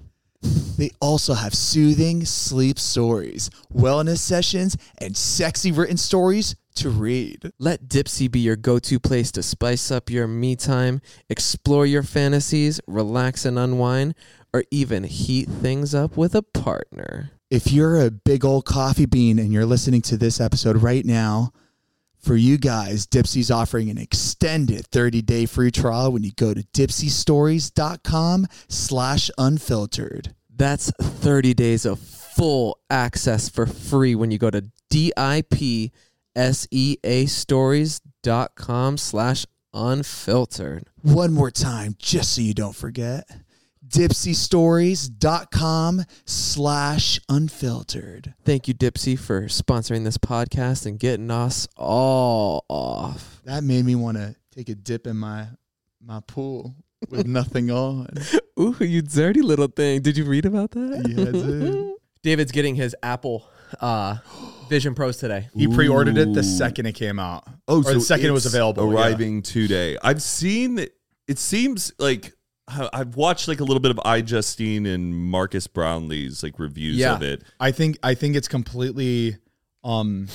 They also have soothing sleep stories, wellness sessions, and sexy written stories to read. Let Dipsy be your go to place to spice up your me time, explore your fantasies, relax and unwind, or even heat things up with a partner. If you're a big old coffee bean and you're listening to this episode right now, for you guys, Dipsy's offering an extended 30-day free trial when you go to dipsystories.com slash unfiltered. That's 30 days of full access for free when you go to E dipseastories.com slash unfiltered. One more time, just so you don't forget, dipsystories.com slash unfiltered. Thank you, Dipsy, for sponsoring this podcast and getting us all off. That made me want to take a dip in my my pool with nothing on. Ooh, you dirty little thing. Did you read about that? Yeah, dude. David's getting his Apple uh, Vision Pros <gasps> today. He pre-ordered it the Ooh. second it came out. Oh, or the second it was Oh, it's available. yeah. Arriving today. I've seen. It seems like I- I've watched like a little bit of I Justine and Marcus Brownlee's like reviews Yeah. of it. I think I think it's completely. um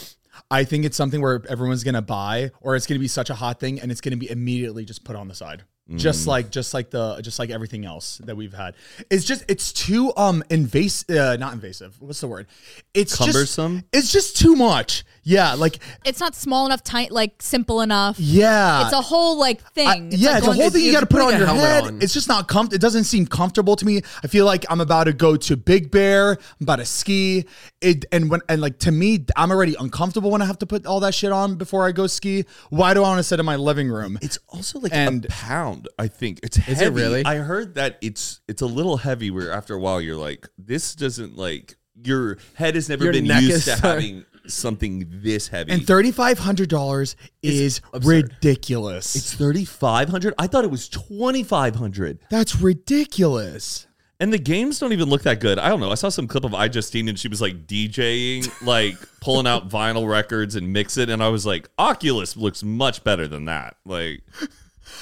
I think it's something where everyone's gonna buy, or it's gonna be such a hot thing, and it's gonna be immediately just put on the side, just like just like the just like everything else that we've had. It's just it's too um invasive, uh, not invasive. What's the word? It's just- Cumbersome? it's just too much. Yeah, like It's not small enough, tight, like simple enough. yeah, It's a whole like thing. I- yeah, like it's a going- whole thing you got to put putting on a your helmet head. on. It's just not comfortable. It doesn't seem comfortable to me. I feel like I'm about to go to Big Bear. I'm about to ski. it and when and like to me, I'm already uncomfortable when I have to put all that shit on before I go ski. Why do I want to sit in my living room? It's also like And- a pound. I think it's heavy. really? I heard that it's it's a little heavy. Where after a while you're like, this doesn't like your head has never Your been neck used is to sore. having something this heavy. And thirty five hundred dollars is absurd. ridiculous. it's thirty five hundred. I thought it was twenty five hundred. That's ridiculous. And the games don't even look that good. I don't know. I saw some clip of I Justine and she was like DJing, <laughs> like pulling out vinyl records and mix it. And I was like, Oculus looks much better than that. Like,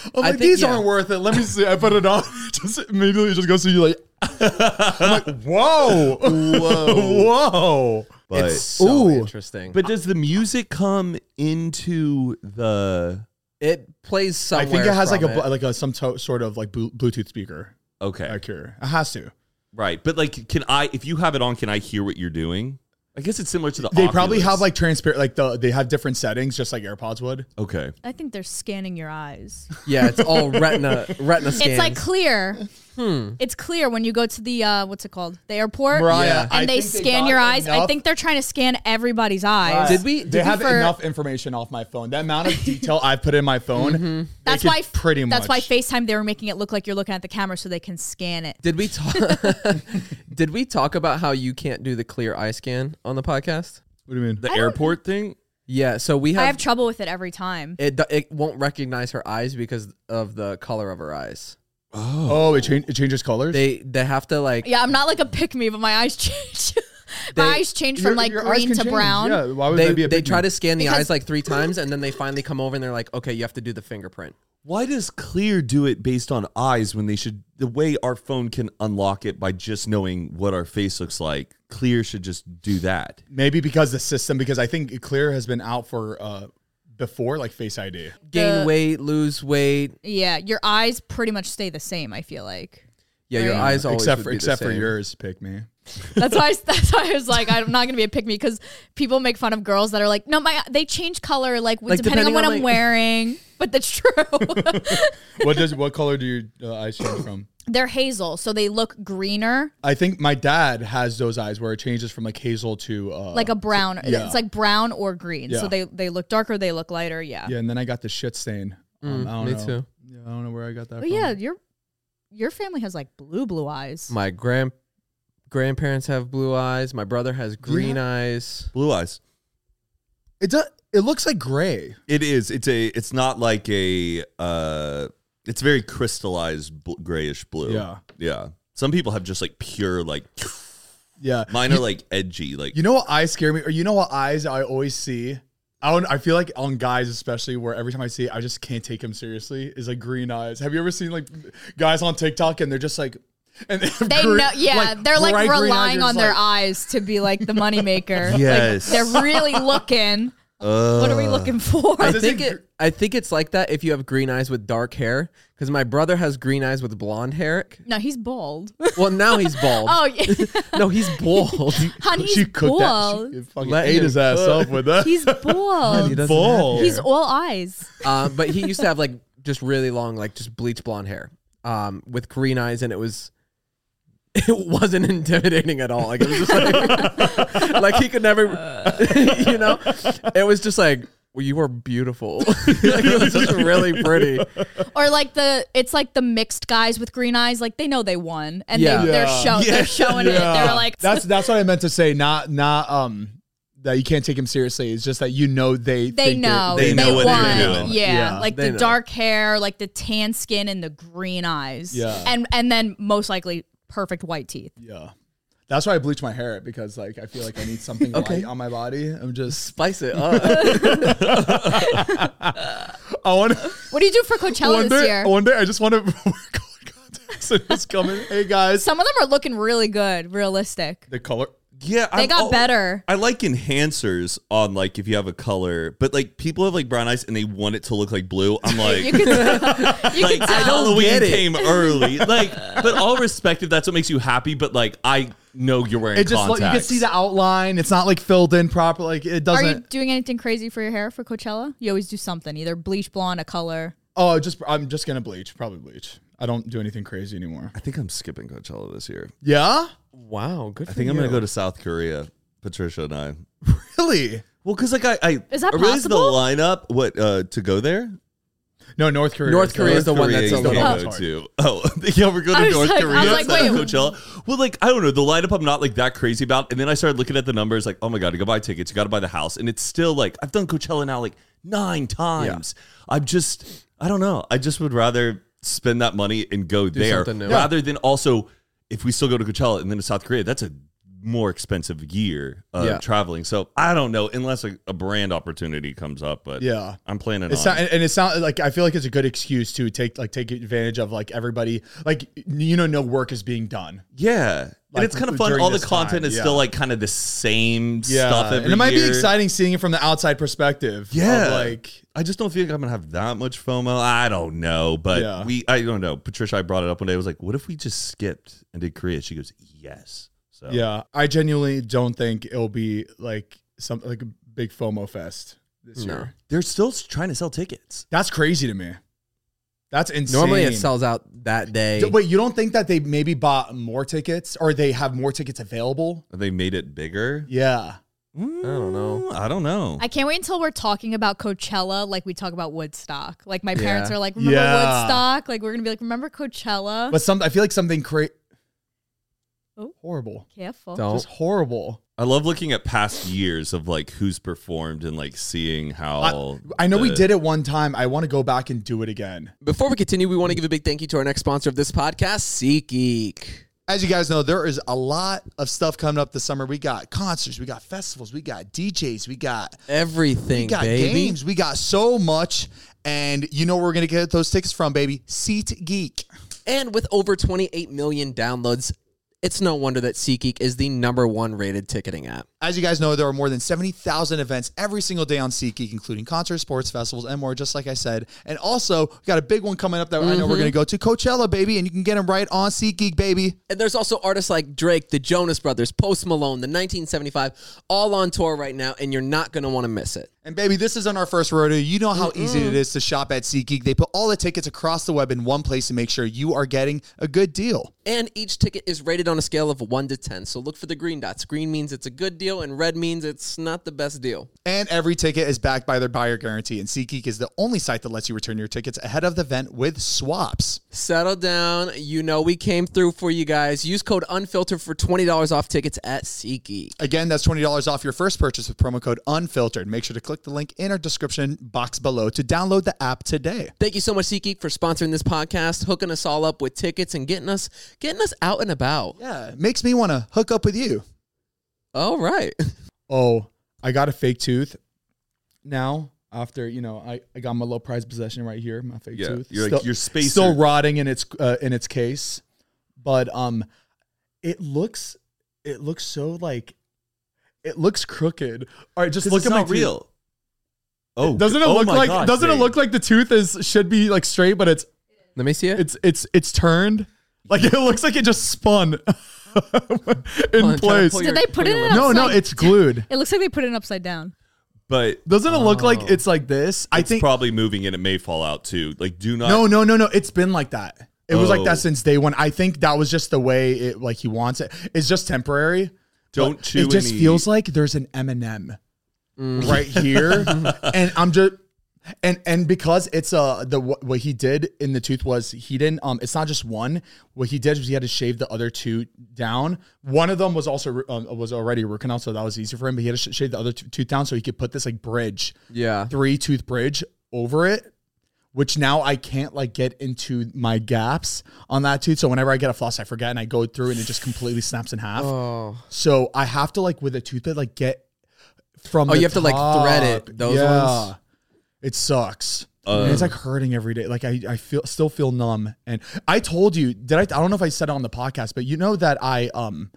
I'm I like, think- these yeah. aren't worth it. Let me see. I put <laughs> it on. <laughs> just immediately just go see you like I'm <laughs> like, whoa. Whoa. <laughs> whoa. but it's so Ooh. interesting. but does the music come into the it plays I somewhere. think it has like from a bu- like a some to- sort of like blu- Bluetooth speaker. okay I cure. It has to. right? But like, can I if you have it on, can I hear what you're doing? I guess it's similar to the. They probably Oculus. have like transparent, like the they have different settings, just like AirPods would. okay. I think they're scanning your eyes. yeah, it's all <laughs> retina retina scans. It's like clear. It's clear when you go to the uh, what's it called? The airport. Mariah, Yeah. And I they think they scan got your eyes. I enough- think they're trying to scan everybody's eyes. Did we- They did we have for- enough information off my phone. That amount of detail I've put in <laughs> my phone. they Mm-hmm. that's could why Pretty much. That's why FaceTime they were making it look like you're looking at the camera so they can scan it. Did we <laughs> talk? did we talk about how you can't do the clear eye scan on the podcast? What do you mean? The airport thing. Yeah, so we have, I have trouble with it every time. it. do- It won't recognize her eyes because of the color of her eyes. Oh, it, change, it changes colors. They they have to like Yeah, I'm not like a pick me, but my eyes <laughs> change. my They- eyes change Your- from like your eyes green can to change. brown. Yeah, why <laughs> would they that be a they big try deal? to scan the Because- eyes like three times and then they finally come over and they're like, okay, you have to do the fingerprint. Why does Clear do it based on eyes when they should? The way our phone can unlock it by just knowing what our face looks like, Clear should just do that. Maybe because the system, because I think Clear has been out for uh before like Face ID. Gain The- weight, lose weight. Yeah, your eyes pretty much stay the same. I <laughs> feel like Yeah, your eyes always except would for be the except for same. yours, pick me. that's why. I, <laughs> that's why I was like, I'm not gonna be a pick me because people make fun of girls that are like, no, my they change color like, Like, depending, depending on what on, I'm like- wearing. But that's true. <laughs> <laughs> what does what color do your uh, eyes change from? They're hazel, so they look greener, I think my dad has those eyes where it changes from like hazel to uh, like a brown. yeah. It's like brown or green. Yeah. So they they look darker. They look lighter. Yeah. yeah, and then I got the shit stain. Mm, Um, I don't me know. too. Yeah, I don't know where I got that. But from. yeah, your your family has like blue blue eyes. My grand grandparents have blue eyes. My brother has green eyes. Blue eyes. it does. It looks like gray. It is. It's a. It's not like a. uh It's very crystallized bl- grayish blue. Yeah. Yeah. Some people have just like pure like. <sniffs> Yeah, Mine are like edgy. Like You know what eyes scare me, or you know what eyes I always see. I don't, I feel like on guys especially, where every time I see, it, I just can't take them seriously. Is like green eyes. Have you ever seen like guys on TikTok and they're just like, and they, have They green- know, yeah, they're like bright green eyes, relying you're on just their like, eyes to be like <laughs> the moneymaker. Yes. like, they're really looking. what Uh. are we looking for? I Does think it gr- it. I think it's like that if you have green eyes with dark hair. Because my brother has green eyes with blonde <laughs> hair. <laughs> no, he's bald. Well, now he's bald. <laughs> Oh, yeah. no, he's bald. honey, She he's cooked bald. that. She <laughs> fucking Let ate him his ass cook. up with that. <laughs> He's bald. doesn't Bald. he's all eyes. Uh, but he used to have like just really long, like just bleach blonde hair, um, with green eyes, and it was. <laughs> It wasn't intimidating at all. Like it was just like, <laughs> like he could never, you know. It was just like well, you were beautiful. <laughs> like it was just really pretty. Or like the, it's like the mixed guys with green eyes. Like they know they won, and Yeah. they, they're show, <laughs> they're showing it. They're like, that's that's what I meant to say. Not not um that you can't take him seriously. It's just that you know they they think they're- know, they know what won. they're doing. Yeah. Yeah. like They the know. dark hair, like the tan skin, and the green eyes. Yeah. and and then most likely perfect white teeth. Yeah, that's why I bleach my hair because like I feel like I need <laughs> something light on my body. I'm just Spice it up. I want. What do you do for Coachella one this day, year? One day, I just want <laughs> to work on contacts and just come in. Hey guys, Some of them are looking really good, realistic. the color. yeah, They I'm got al- <laughs> better. <laughs> I like enhancers on like if you have a color, but like people have like brown eyes and they want it to look like blue. I'm like, <laughs> You could, you like could tell. Halloween get it. came early. Like, but all respected, that's what makes you happy. But like, I know you're wearing It just like, contacts. you can see the outline. It's not like filled in properly. Like it Are you doesn't. doing anything crazy for your hair for Coachella? You always do something, either bleach blonde, a color. oh, just I'm just gonna bleach. Probably bleach. I don't do anything crazy anymore. I think I'm skipping Coachella this year. Yeah. wow, good. I think I'm gonna go to South Korea Patricia and I. Really? Well, because like I, I Is that I realized the possible? lineup what uh to go there. No, North Korea. North Korea is the one that's you a little can't bit go hard. to. Oh, <laughs> yeah, we're going I to North was like- I Korea. was It's like, not at wait. Coachella. Well, like I don't know the lineup. I'm not like that crazy about. And then I started looking at the numbers. Like, oh my god, you got to buy tickets. You got to buy the house. And it's still like I've done Coachella now like nine times. I'm just I don't know. I just would rather spend that money and go there something new. rather than also if we still go to Coachella and then to South Korea. That's a more expensive year of Yeah. traveling. So I don't know unless a, a brand opportunity comes up. But Yeah. I'm planning It's on. not, and it's not like I feel like it's a good excuse to take like take advantage of like everybody like you know no work is being done. Yeah. and Like, it's kind of fun. during All the this content time, is yeah. still like kind of the same stuff every and it might year. be exciting seeing it from the outside perspective. of, Yeah. like I just don't feel like I'm gonna have that much FOMO. I don't know, but Yeah. we I don't know. Patricia, I brought it up one day. I was like, "What if we just skipped and did Korea?" She goes, "Yes." So yeah, I genuinely don't think it'll be like some like a big FOMO fest this year. they're still s- trying to sell tickets. That's crazy to me. That's insane. Normally it sells out that day. D- Wait, you don't think that they maybe bought more tickets or they have more tickets available? They made it bigger. Yeah. I don't know. I don't know. I can't wait until we're talking about Coachella like we talk about Woodstock. Like my parents Yeah. are like, remember Yeah. Woodstock? Like we're gonna be like, remember Coachella? But some I feel like something cra- Oh. horrible. Careful. Don't. Just horrible. I love looking at past years of like who's performed and like seeing how. I, I know we the- did it one time. I want to go back and do it again. Before we continue, we want to give a big thank you to our next sponsor of this podcast, SeatGeek. As you guys know, there is a lot of stuff coming up this summer. We got concerts, we got festivals, we got DJs, we got Everything, we got baby. games, we got so much. And you know where we're gonna get those tickets from, baby? Seat Geek. And with over 28 million downloads, it's no wonder that SeatGeek is the number one rated ticketing app. As you guys know, there are more than 70,000 events every single day on SeatGeek, including concerts, sports festivals, and more, just like I said. And also, we got a big one coming up that I know we're going to go to Coachella, baby, and you can get them right on SeatGeek, baby. And there's also artists like Drake, the Jonas Brothers, Post Malone, the 1975, all on tour right now, and you're not going to want to miss it. And baby, this isn't our first rodeo. You know how easy it is to shop at SeatGeek. They put all the tickets across the web in one place to make sure you are getting a good deal. And each ticket is rated on a scale of 1 to 10. So look for the green dots. Green means it's a good deal, and red means it's not the best deal. And every ticket is backed by their buyer guarantee. And SeatGeek is the only site that lets you return your tickets ahead of the event with swaps. Settle down. You know we came through for you guys. Use code UNFILTERED for $20 off tickets at SeatGeek. Again, that's $20 off your first purchase with promo code UNFILTERED. Make sure to click the link in our description box below to download the app today. Thank you so much, SeatGeek, for sponsoring this podcast, hooking us all up with tickets and getting us getting us out and about. Yeah, makes me want to hook up with you. All right. Oh, I got a fake tooth now. After you know, I, I got my low prize possession right here, my fake Yeah, tooth. you're like, your spacer. still rotting in its uh, in its case, but um, it looks it looks so like it looks crooked. All right, just 'Cause look it's at my not tooth. real. Oh, Doesn't it oh look my like God, doesn't it Dave. look like the tooth is should be like straight, but it's <laughs> Let me see it. it's it's it's turned. Like it looks like it just spun <laughs> in on, try to place. pull Did they put it in No, upside no, it's glued. It looks like they put it in upside down. But Doesn't it look like it's like this? I it's think probably moving and it may fall out too. Like, do not. No, no, no, no. It's been like that. It was like Oh. that since day one. I think that was just the way it like he wants it. It's just temporary. Don't but chew It just any- feels like there's an M and M Mm. right <laughs> here, and I'm just and and because it's uh the wh- what he did in the tooth was he didn't um it's not just one. What he did was he had to shave the other two down. One of them was also um, was already root canal, so that was easy for him. But he had to sh- shave the other t- tooth down so he could put this like bridge Yeah. three tooth bridge over it, which now I can't like get into my gaps on that tooth. So whenever I get a floss, I forget and I go through and it just completely snaps in half. Oh. So I have to like with a toothpick like get from. Oh, the you have to, like, thread it, top. those ones? It sucks. And it's like hurting every day. Like I, I feel still feel numb. And I told you, did I? I don't know if I said it on the podcast, but you know that I um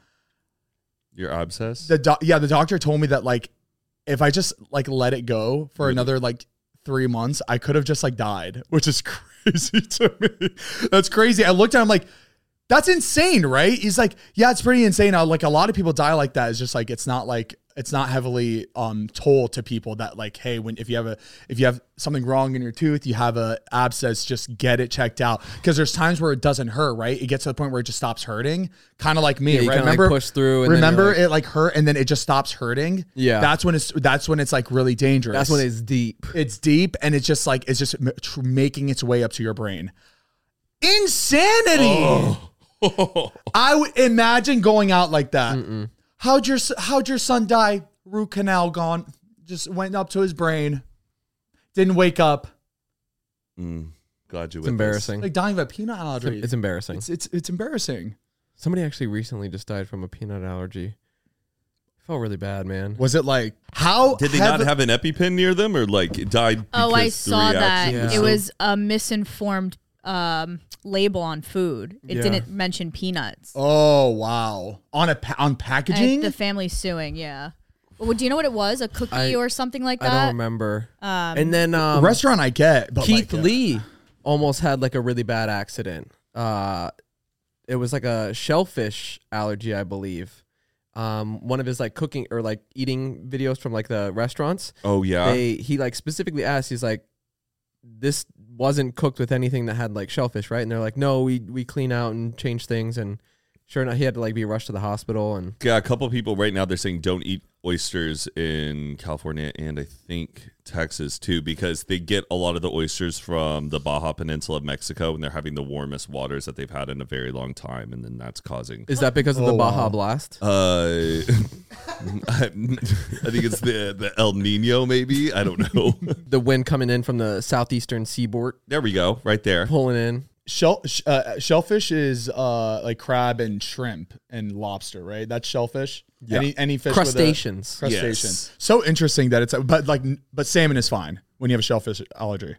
You're obsessed. the doc, yeah, the doctor told me that like if I just like let it go for another like three months, I could have just like died, which is <laughs> crazy to me. That's crazy. I looked at him like, that's insane, right? He's like, yeah, it's pretty insane. I, like a lot of people die like that. It's just like it's not like it's not heavily um told to people that like hey when if you have a if you have something wrong in your tooth you have a abscess just get it checked out because there's times where it doesn't hurt right it gets to the point where it just stops hurting kind of like me Yeah, you right kinda, like, remember push through and then you're remember like- it like hurt and then it just stops hurting Yeah. that's when it's that's when it's like really dangerous That's when it's deep. it's deep and it's just like it's just m- tr- making its way up to your brain insanity Oh. i would imagine going out like that how'd your s- how'd your son die root canal gone just went up to his brain didn't wake up Mm, glad you. It's embarrassing. like dying of a peanut allergy It's embarrassing. it's it's, it's embarrassing Somebody actually recently just died from a peanut allergy. Felt really bad, man. was it like how Did they heav- not have an EpiPen near them, or like it died? Oh, I because the saw that. reaction Yeah. It was a misinformed um, label on food. It Yeah. didn't mention peanuts. oh wow on a pa- on And packaging the family suing. Yeah. Well, do you know what it was? A cookie I- or something like I don't that. remember. and then um, restaurant i get but Keith like, uh, Lee almost had like a really bad accident. Uh, it was like a shellfish allergy, I believe. Um, one of his like cooking or like eating videos from like the restaurants. Oh yeah. They he like specifically asked. He's like, this wasn't cooked with anything that had like shellfish, right? And they're like, no, we we clean out and change things. And sure enough, he had to like be rushed to the hospital. And yeah, a couple people right now they're saying don't eat oysters in California and I think Texas too because they get a lot of the oysters from the Baja Peninsula of Mexico and they're having the warmest waters that they've had in a very long time and then that's causing is that because of the Baja Blast? uh <laughs> I think it's the the El Nino maybe, I don't know. <laughs> The wind coming in from the southeastern seaboard, there we go, right there. pulling in. Shell sh- uh, shellfish is uh like crab and shrimp and lobster, right? That's shellfish. Yeah. Any any fish Crustaceans. With a crustacean. Yes. So interesting that it's but like but salmon is fine when you have a shellfish allergy.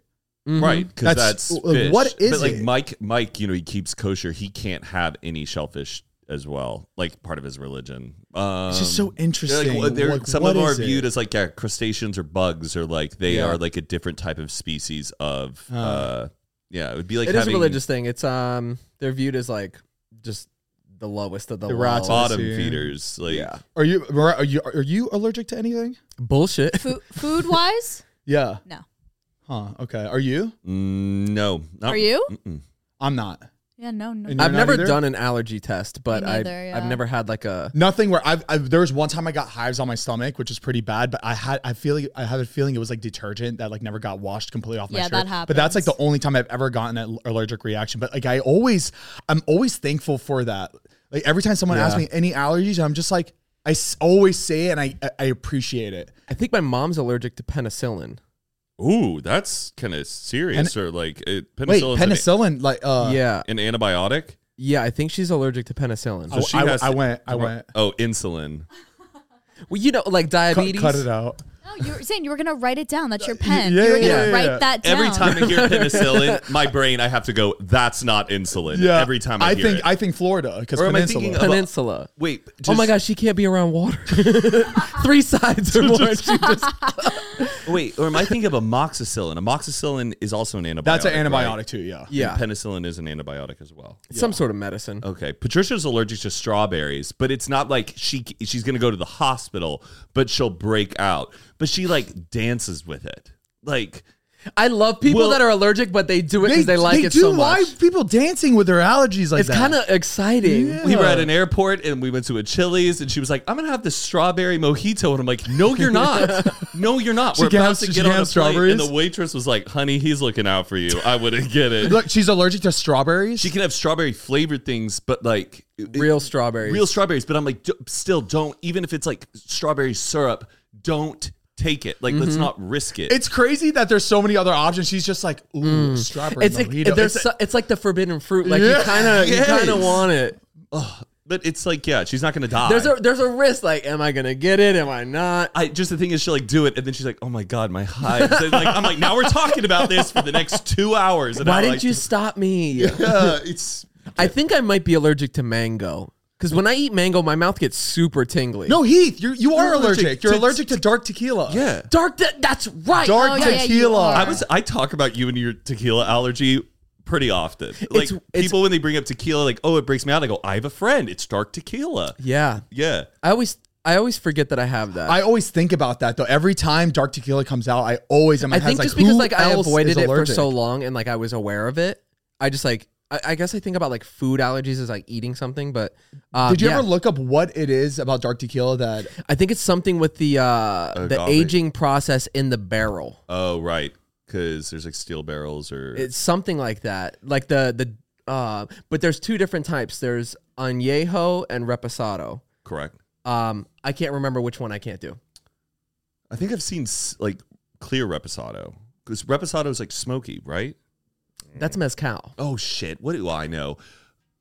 Right, because Mm-hmm. That's- that's, w- fish. what is but like it? Mike? Mike, you know, he keeps kosher. He can't have any shellfish as well, like part of his religion. Um, It's just so they're like- interesting. well, they're- Like, some what of them are is it? viewed as like yeah, crustaceans or bugs, or like they Yeah. are like a different type of species of. Uh, yeah, it would be like It is having a religious thing. It's um, they're viewed as like just the lowest of the, The low. rats on bottom Yeah. feeders. Like, Yeah. Are you Mariah, are you are you allergic to anything? <laughs> Bullshit. Food, food wise, Yeah. no. Huh. Okay. Are you? mm, no, not, Are you? Mm-mm. I'm not. Yeah. No. No. And I've you're not never either? done an allergy test, but Me I neither, I've yeah. never had like a Nothing where I've, I've there was one time I got hives on my stomach, which is pretty bad. But I had I feel like, I had a feeling it was like detergent that like never got washed completely off my Yeah, shirt. that But that's like the happens. only time I've ever gotten an allergic reaction. But like I always I'm always thankful for that. Like every time someone asks me any allergies, I'm just like I s- always say it and I I appreciate it. I think my mom's allergic to penicillin. Ooh, that's kind of serious. or like it, Wait, penicillin. penicillin like uh yeah. An antibiotic. Yeah, I think she's allergic to penicillin. I, she I- has I to- went I went Oh, insulin. well, you know, like cut, diabetes. cut it out. No, you were saying you were gonna write it down. That's your pen. yeah, you were gonna yeah, yeah, write yeah. that down. Every time I hear penicillin, my brain, I have to go, that's not insulin. Yeah. Every time I, hear think it. I think Florida because Or am I peninsula. thinking of- Peninsula. Wait. oh my just- gosh, she can't be <laughs> around water. <laughs> Three sides or more. She just- Wait, or am I thinking of amoxicillin? Amoxicillin is also an antibiotic. that's right? an antibiotic too. Yeah. And yeah, Penicillin is an antibiotic as well. some sort of medicine. Uh, Okay. Patricia's allergic to strawberries, but it's not like she she's going to go to the hospital, but she'll break out. But she like dances with it. Like I love people Well- that are allergic, but they do it because they, like it do. so Why much. people dancing with their allergies like it's that? kind of exciting. we were at an airport and we went to a Chili's and she was like, "I'm gonna have this strawberry mojito," and I'm like, "No, you're <laughs> not. No, you're not. We're can about have- to she get can on a have strawberry." And the strawberries? waitress was like, "Honey, he's looking out for you. I wouldn't get it." Look, she's allergic to strawberries. she can have strawberry flavored things, but like it- Real strawberries. real strawberries. But I'm like, d- still don't. Even if it's like strawberry syrup, don't take it. Like, let's not risk it. Mm-hmm. it's crazy that there's so many other options. She's just like, ooh, Mm. strawberry It's like, mojito. there's It's- so- <laughs> it's like the forbidden fruit. Like Yeah. you kind of you kind Yes. of want it. but it's like, yeah, she's not gonna die. There's a there's a risk. Like, am I gonna get it? Am I not? I just the thing is she'll like do it and then she's like, Oh my god, my hives. And like I'm like, now we're talking about this for the next two hours. And Why I'm didn't like, you stop me? Uh, it's I think I might be allergic to mango because when I eat mango, my mouth gets super tingly. no, Heath, you you are You're allergic. allergic You're to- allergic to dark tequila. yeah. dark. Te- that's right. dark Oh, yeah, yeah, you tequila. are. I was I talk about you and your tequila allergy pretty often. Like It's- it's- people when they bring up tequila, like, oh, it breaks me out. I go, I have a friend. It's dark tequila. yeah, Yeah. I always I always forget that I have that. I always think about that though. Every time Dark Tequila comes out, I always in my I head think like, just because who like I else is avoided it for allergic? so long and like I was aware of it, I just like I, I guess I think about like food allergies as like eating something. But um, Did you yeah. ever look up what it is about Dark Tequila that I think it's something with the uh, the Agave. aging process in the barrel. Oh, right. Because there's like steel barrels or It's something like that. Like the the uh, but there's two different types. There's añejo and reposado. correct. Um, I can't remember which one I can't do. I think I've seen s- like clear reposado because reposado is like smoky, right? That's mezcal. Oh shit! What do I know?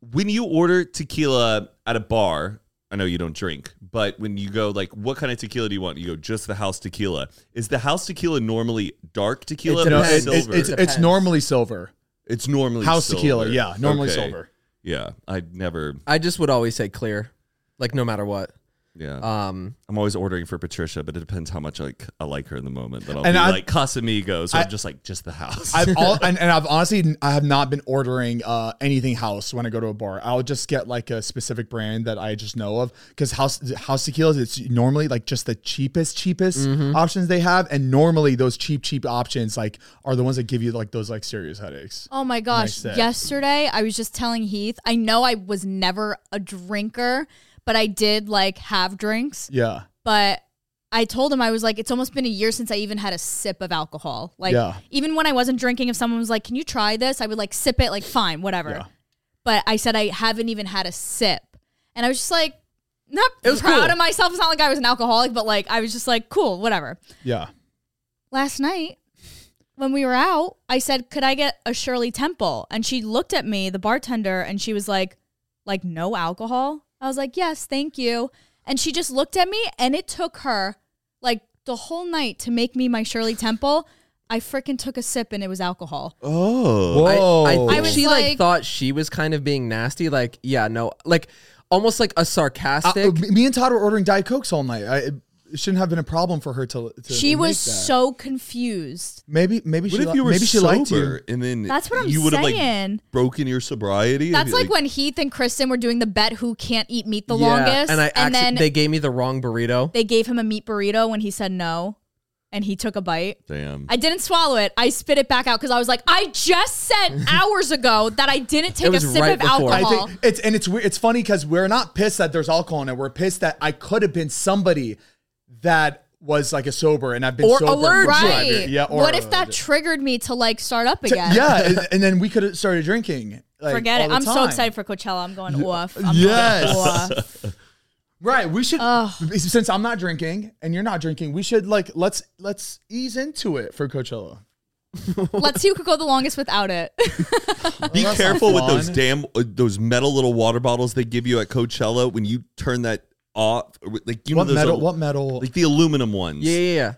When you order tequila at a bar, I know you don't drink, but when you go like, what kind of tequila do you want? You go just the house tequila. Is the house tequila normally dark tequila? It or you know, depends. it- it- silver? it's, it's, it's Depends. normally silver. normally House silver. tequila, yeah, normally Okay. silver. Yeah, I never. I just would always say clear, like no matter what. Yeah, Uh, Um, I'm always ordering for Patricia, but it depends how much like I like her in the moment. That I'll And be I've- like Casamigos, or I- I'm just like just the house. <laughs> I've all <laughs> and, and I've honestly I have not been ordering uh, anything house when I go to a bar. I'll just get like a specific brand that I just know of because house house tequilas it's normally like just the cheapest cheapest Mm-hmm. options they have, and normally those cheap cheap options like are the ones that give you like those like serious headaches. <laughs> Oh my gosh. set. Yesterday, I was just telling Heath, I know I was never a drinker, but I did like have drinks. Yeah, But I told him, I was like, it's almost been a year since I even had a sip of alcohol. Like, Yeah. even when I wasn't drinking, if someone was like, can you try this? I would like sip it, like, fine, whatever. But I said, I haven't even had a sip. And I was just like, not was proud cool. of myself. It's not like I was an alcoholic, but like, I was just like, cool, whatever yeah. last night when we were out, I said, "Could I get a Shirley Temple?" And she looked at me, the bartender, and she was like, "Like no alcohol?" I was like, "Yes, thank you." And she just looked at me, and it took her like the whole night to make me my Shirley Temple. I freaking took a sip, and it was alcohol. oh, I- I, Whoa. think I was she like, like- thought she was kind of being nasty. Like, yeah, no, like almost like a Uh, sarcastic. me me and Todd were ordering diet cokes all night. I, it shouldn't have been a problem for her to. to She make was that. so confused. maybe maybe What she if li- you were maybe she sober liked you. and then That's what I'm you would've, saying. like broken your sobriety? and That's be like, when Heath and Kristen were doing the bet who can't eat meat the Yeah, longest, and I acci- then they gave me the wrong burrito. they gave him a meat burrito when he said no, and he took a bite. damn. I didn't swallow it. I spit it back out because I was like, I <laughs> just said hours ago that I didn't take a was sip right of before. I alcohol. think it's and it's weird. It's funny because we're not pissed that there's alcohol in it. We're pissed that I could have been somebody that was like a sober and I've been Or sober. allergic. right. Yeah. Or what if that allergic. triggered me to like start up T- again? Yeah, and, and then we could have started drinking. like, Forget all it. the I'm so time. excited for Coachella. I'm going off. I'm yes. <laughs> Going off. Right. We should since I'm not drinking and you're not drinking, we should like let's let's ease into it for Coachella. Let's see who could go the longest without it. <laughs> Be careful with those fun. damn uh, those metal little water bottles they give you at Coachella when you turn that off. or with- Like you What know those metal? al- What metal? Like the aluminum ones. yeah, yeah, yeah.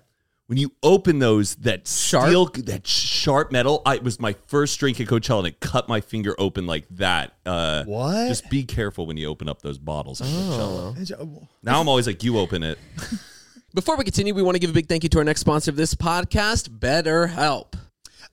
When you open those, that Sharp? steel, that sharp metal. I, it was my first drink at Coachella, and it cut my finger open like that. Uh, What? Just be careful when you open up those bottles at Coachella. Well, Now I'm always like, you open it. Before we continue, we want to give a big thank you to our next sponsor of this podcast, BetterHelp.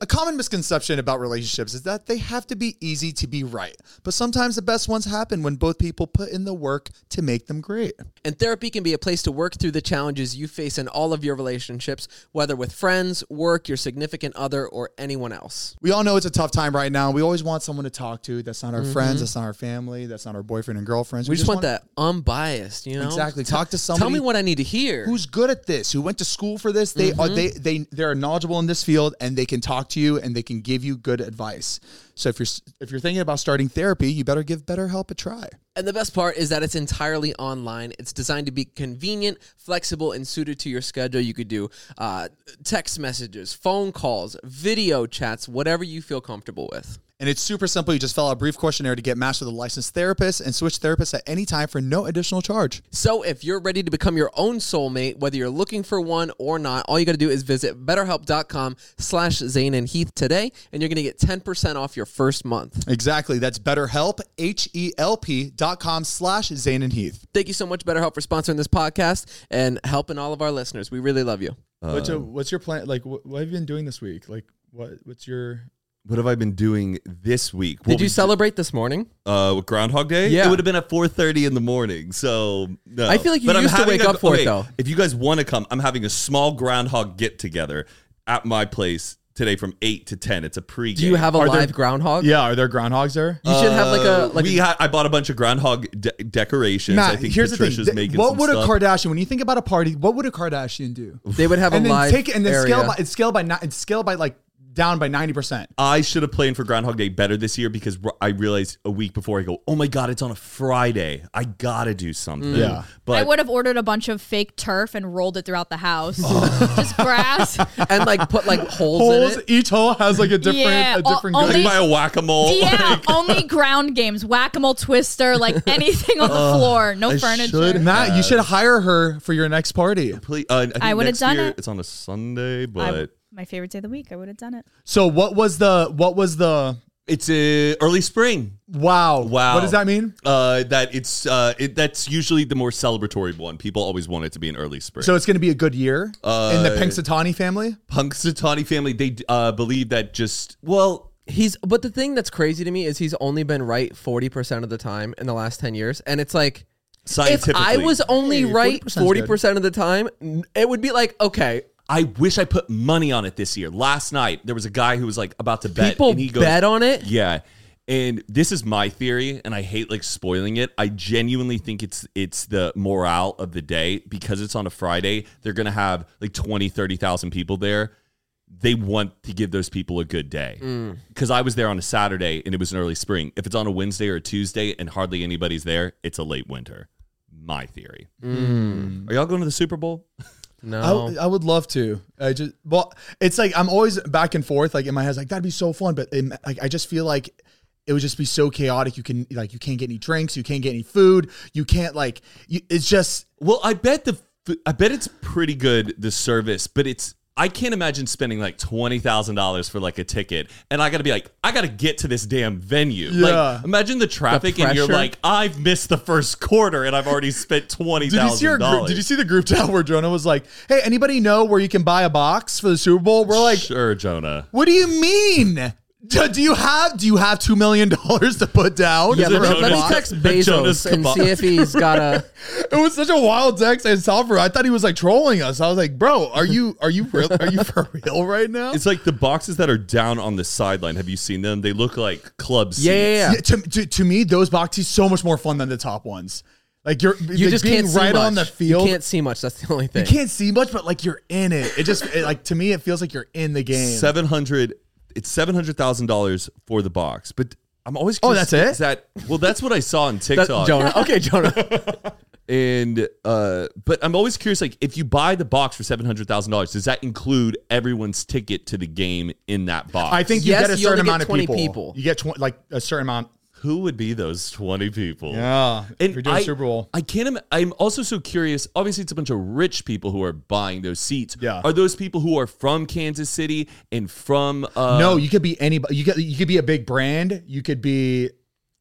A common misconception about relationships is that they have to be easy to be right, but sometimes the best ones happen when both people put in the work to make them great. And therapy can be a place to work through the challenges you face in all of your relationships, whether with friends, work, your significant other, or anyone else. We all know it's a tough time right now. We always want someone to talk to that's not our Mm-hmm. friends, that's not our family, that's not our boyfriend and girlfriends. We, just, want, that unbiased, you know? Exactly. Talk to Tell me somebody what I need to hear. who's good at this, who went to school for this. They are they they they're knowledgeable in this field and they can talk to you and they can give you good advice. So if you're s- if you're thinking about starting therapy, you better give BetterHelp a try. And the best part is that it's entirely online. It's designed to be convenient, flexible, and suited to your schedule. You could do uh, text messages, phone calls, video chats, whatever you feel comfortable with. And it's super simple. You just fill out a brief questionnaire to get matched with a licensed therapist and switch therapists at any time for no additional charge. So if you're ready to become your own soulmate, whether you're looking for one or not, all you got to do is visit betterhelp.com slash Zane and Heath today, and you're going to get 10% off your first month. Exactly. That's BetterHelp, H E L P dot com slash Zane and Heath. Thank you so much, BetterHelp, for sponsoring this podcast and helping all of our listeners. We really love you. what's, your, what's your plan? Like, what, what have you been doing this week? Like, what what's your <laughs> what have I been doing this week? Did you celebrate this morning? uh, with Groundhog Day? Yeah. It would have been at 4.30 in the morning. So, no. I feel like you used to having wake a- up for it, okay, though. If you guys want to come, I'm having a small Groundhog get-together at my place today from 8 to 10. It's a pregame. Do you have a Are there- live groundhog? Yeah, are there groundhogs there? Uh, You should have like Uh, a like we ha- I bought a bunch of groundhog de- decorations. I Matt, think here's Patricia's the thing. making Th- What some would stuff. a Kardashian, when you think about a party, what would a Kardashian do? they would have and a then live take it and then area. scale by it's scale by ni- it's scale by like down by ninety percent. I should have planned for Groundhog Day better this year because r- I realized a week before I go, oh my god, it's on a Friday. I gotta do something. Yeah. I but would have ordered a bunch of fake turf and rolled it throughout the <laughs> house. Just grass. <laughs> and like put like holes, Holes. in it. Each hole has like a <laughs> different Yeah, a all- different. all goal. like by a whack a mole. <laughs> Yeah, only ground games, whack a mole twister, like anything on the floor, no I should furniture. have- Matt, you should hire her for your next party. uh, I would've done it. It's on a Sunday, I- but my favorite day of the week. I would have done it. So what was the what was the it's a early spring. wow Wow. What does that mean? Uh, that it's uh, it, that's usually the more celebratory one. People always want it to be an early spring. So it's going to be a good year in the Uh, Pennsatani family. Punxsutawney family they uh, believe that just well He's but the thing that's crazy to me is he's only been right forty percent of the time in the last ten years, and it's like if scientifically. I was only Hey, right 40% is forty percent of the time, n- it would be like okay, I wish I put money on it this year. Last night there was a guy who was like about to bet. people and he goes, bet on it. Yeah. And this is my theory, and I hate like spoiling it. I genuinely think it's it's the morale of the day because it's on a Friday. They're gonna have like 20, 30,000 people there. They want to give those people a good day. Mm. Because I was there on a Saturday and it was an early spring. If it's on a Wednesday or a Tuesday and hardly anybody's there, it's a late winter. My theory. Mm. Are y'all going to the Super Bowl? I, No, Oh. w- I would love to. I just well, it's like I'm always back and forth. Like in my head, it's like that'd be so fun, but in, like I just feel like it would just be so chaotic. You can like you can't get any drinks, you can't get any food, you can't like you, it's just Well, I bet the f- I bet it's pretty good the service, but it's I can't imagine spending like twenty thousand dollars for like a ticket, and I gotta be like, I gotta get to this damn venue. Yeah. Like, imagine the traffic, and you're pressure. like, I've missed the first quarter, and I've already spent twenty Did you see thousand our group, dollars. Did you see the group <laughs> chat where Jonah was like, "Hey, anybody know where you can buy a box for the Super Bowl?" We're like, sure, Jonah. "What do you mean? Do, do you have do you have two million <laughs> dollars to put down?" yeah. for Let me, a let me box? text The <laughs> Jonas Bezos and Kabak. see if he's got a. It was such a wild text and Salvador. I thought he was like trolling us. I was like, "Bro, are you are you real, are you <laughs> for real right now?" It's like the boxes that are down on the sideline. Have you seen them? They look like club seats. Yeah, yeah, yeah. Yeah, to, to, to me, those boxes so much more fun than the top ones. Like you're You like just being can't see right much. on the field. You can't see much. That's the only thing. see much, but like you're in it. It just it, like to me, it feels like you're in the game. Seven hundred. It's seven hundred thousand dollars for the box, but. I'm always Oh, that's curious, is it? That well, that's what I saw on That- TikTok. Jonah. Okay, Jonah. and uh but i'm always curious like if you buy the box for $700000 does that include everyone's ticket to the game in that box I think you Yes, get a you only certain get amount of 20 people. people. You get tw- like a certain amount. who would be those 20 people Yeah, Ah, and if you're doing I, Super Bowl. I can't. Im- I'm also so curious. Obviously, it's a bunch of rich people who are buying those seats. Yeah. Are those people who are from Kansas City and from? Uh, no, you could be anybody. You could you could be a big brand. You could be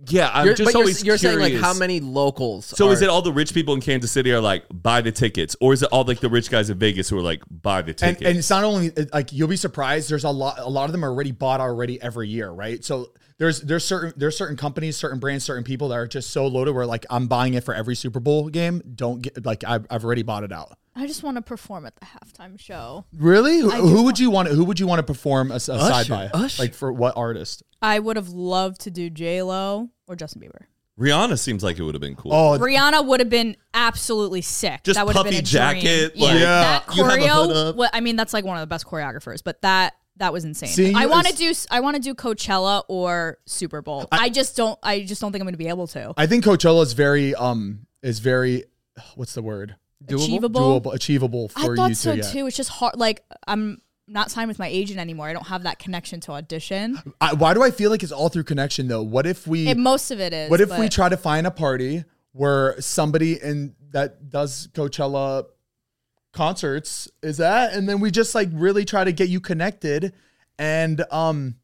Yeah, I'm You're, just but you're, always you're saying like curious. how many locals? So is are- it <laughs> all the rich people in Kansas City are like buy the tickets, or is it all like the rich guys in Vegas who are like buy the and, tickets? and it's not only it- like you'll be surprised there's a lot a lot of them are already bought already every year right so there's there's certain there's certain companies certain brands certain people that are just so loaded where like i'm buying it for every super bowl game don't get like i've, I've already bought it out I just want to perform at the halftime show. really who, I do who would you want who would you want to perform a, a side by Usher. like for what artist I would have loved to do J Lo or Justin Bieber. Rihanna seems like it would have been cool. oh Rihanna would have been absolutely sick. Just that would have been puffy a jacket, Dream. like- Yeah. that You have a hood choreo. up. Well, I mean, that's like one of the best choreographers. But that that was insane. See, I you- want to do I want to do Coachella or Super Bowl. I, just don't I just don't think I'm going to be able to. i think coachella is very um is very what's the word Achievable. doable achievable for I thought you so to, yeah. too. It's just hard. Like I'm not signed with my agent anymore. I don't have that connection to audition. I, why do i feel like it's all through connection though what if we It, most of it is. What if we but- try to find a party where somebody in that does Coachella concerts is that, and then we just like really try to get you connected, and um,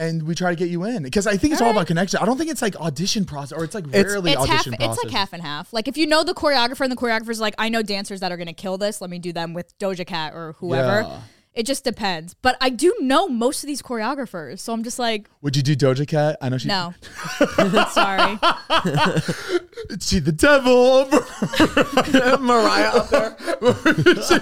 and we try to get you in because I think it's all, about connection. I don't think it's like audition process or it's like It's- rarely It's half. audition process. It's like half and half. Like if you know the choreographer and the choreographer's like, I know dancers that are gonna kill this. Let me do them with Doja Cat or whoever. Yeah. It just depends. But I do know most of these choreographers, so I'm just like, Would you do Doja Cat? I know she. no, <laughs> sorry. She the <laughs> devil. Mariah up there.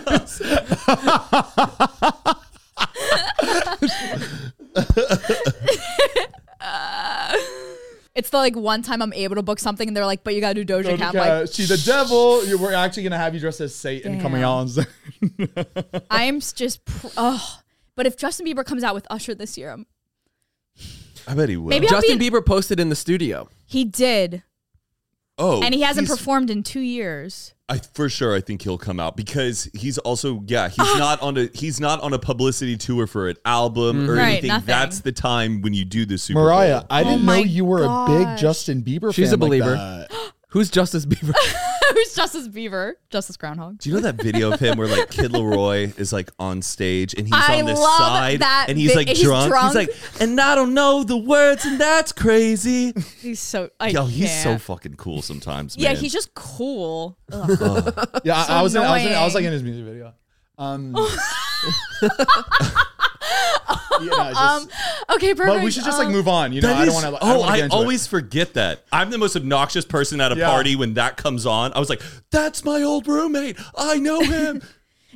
It's the like one time I'm able to book something, and they're like, "But you gotta do Doja, Doja Cat." I'm Cat, like, she the devil. You- We're actually gonna have you dressed as Satan coming Damn. out. on stage. I am s- just, pr- oh. But if Justin Bieber comes out with Usher this year, I'm- I bet he will. maybe I'll be. Justin in- Bieber posted in the studio. he did, oh, and he hasn't he's- performed in two years. I for sure I think he'll come out because he's also yeah Ah. he's not on a he's not on a publicity tour for an album or Mm-hmm. Right, anything. nothing. That's the time when you do the Super Mariah, Bowl. I Oh didn't my know you were a big gosh. Justin Bieber. She's fan a believer. <gasps> Like that. Who's Justice Bieber? Who's Justice Bieber? Justice Groundhog. Do you know that video of him where like Kid Leroy is like on stage and he's I on this love side that and he's vi- like he's drunk. drunk. He's like, and I don't know the words and that's crazy. He's so. <laughs> I Yo, he's so can't. fucking cool sometimes. yeah, man. he's just cool. Yeah, I- So I, was in, I was in, I was annoying. like in his music video. <laughs> Um. Yeah, no, it's just- Okay, perfect. but we should just like Um, move on. You know, That I don't is- want to. Like, oh, I, I, don't wanna get into it. always forget that. I'm the most obnoxious person at a Yeah. party when that comes on. I was like, that's my old roommate. I know <laughs> him.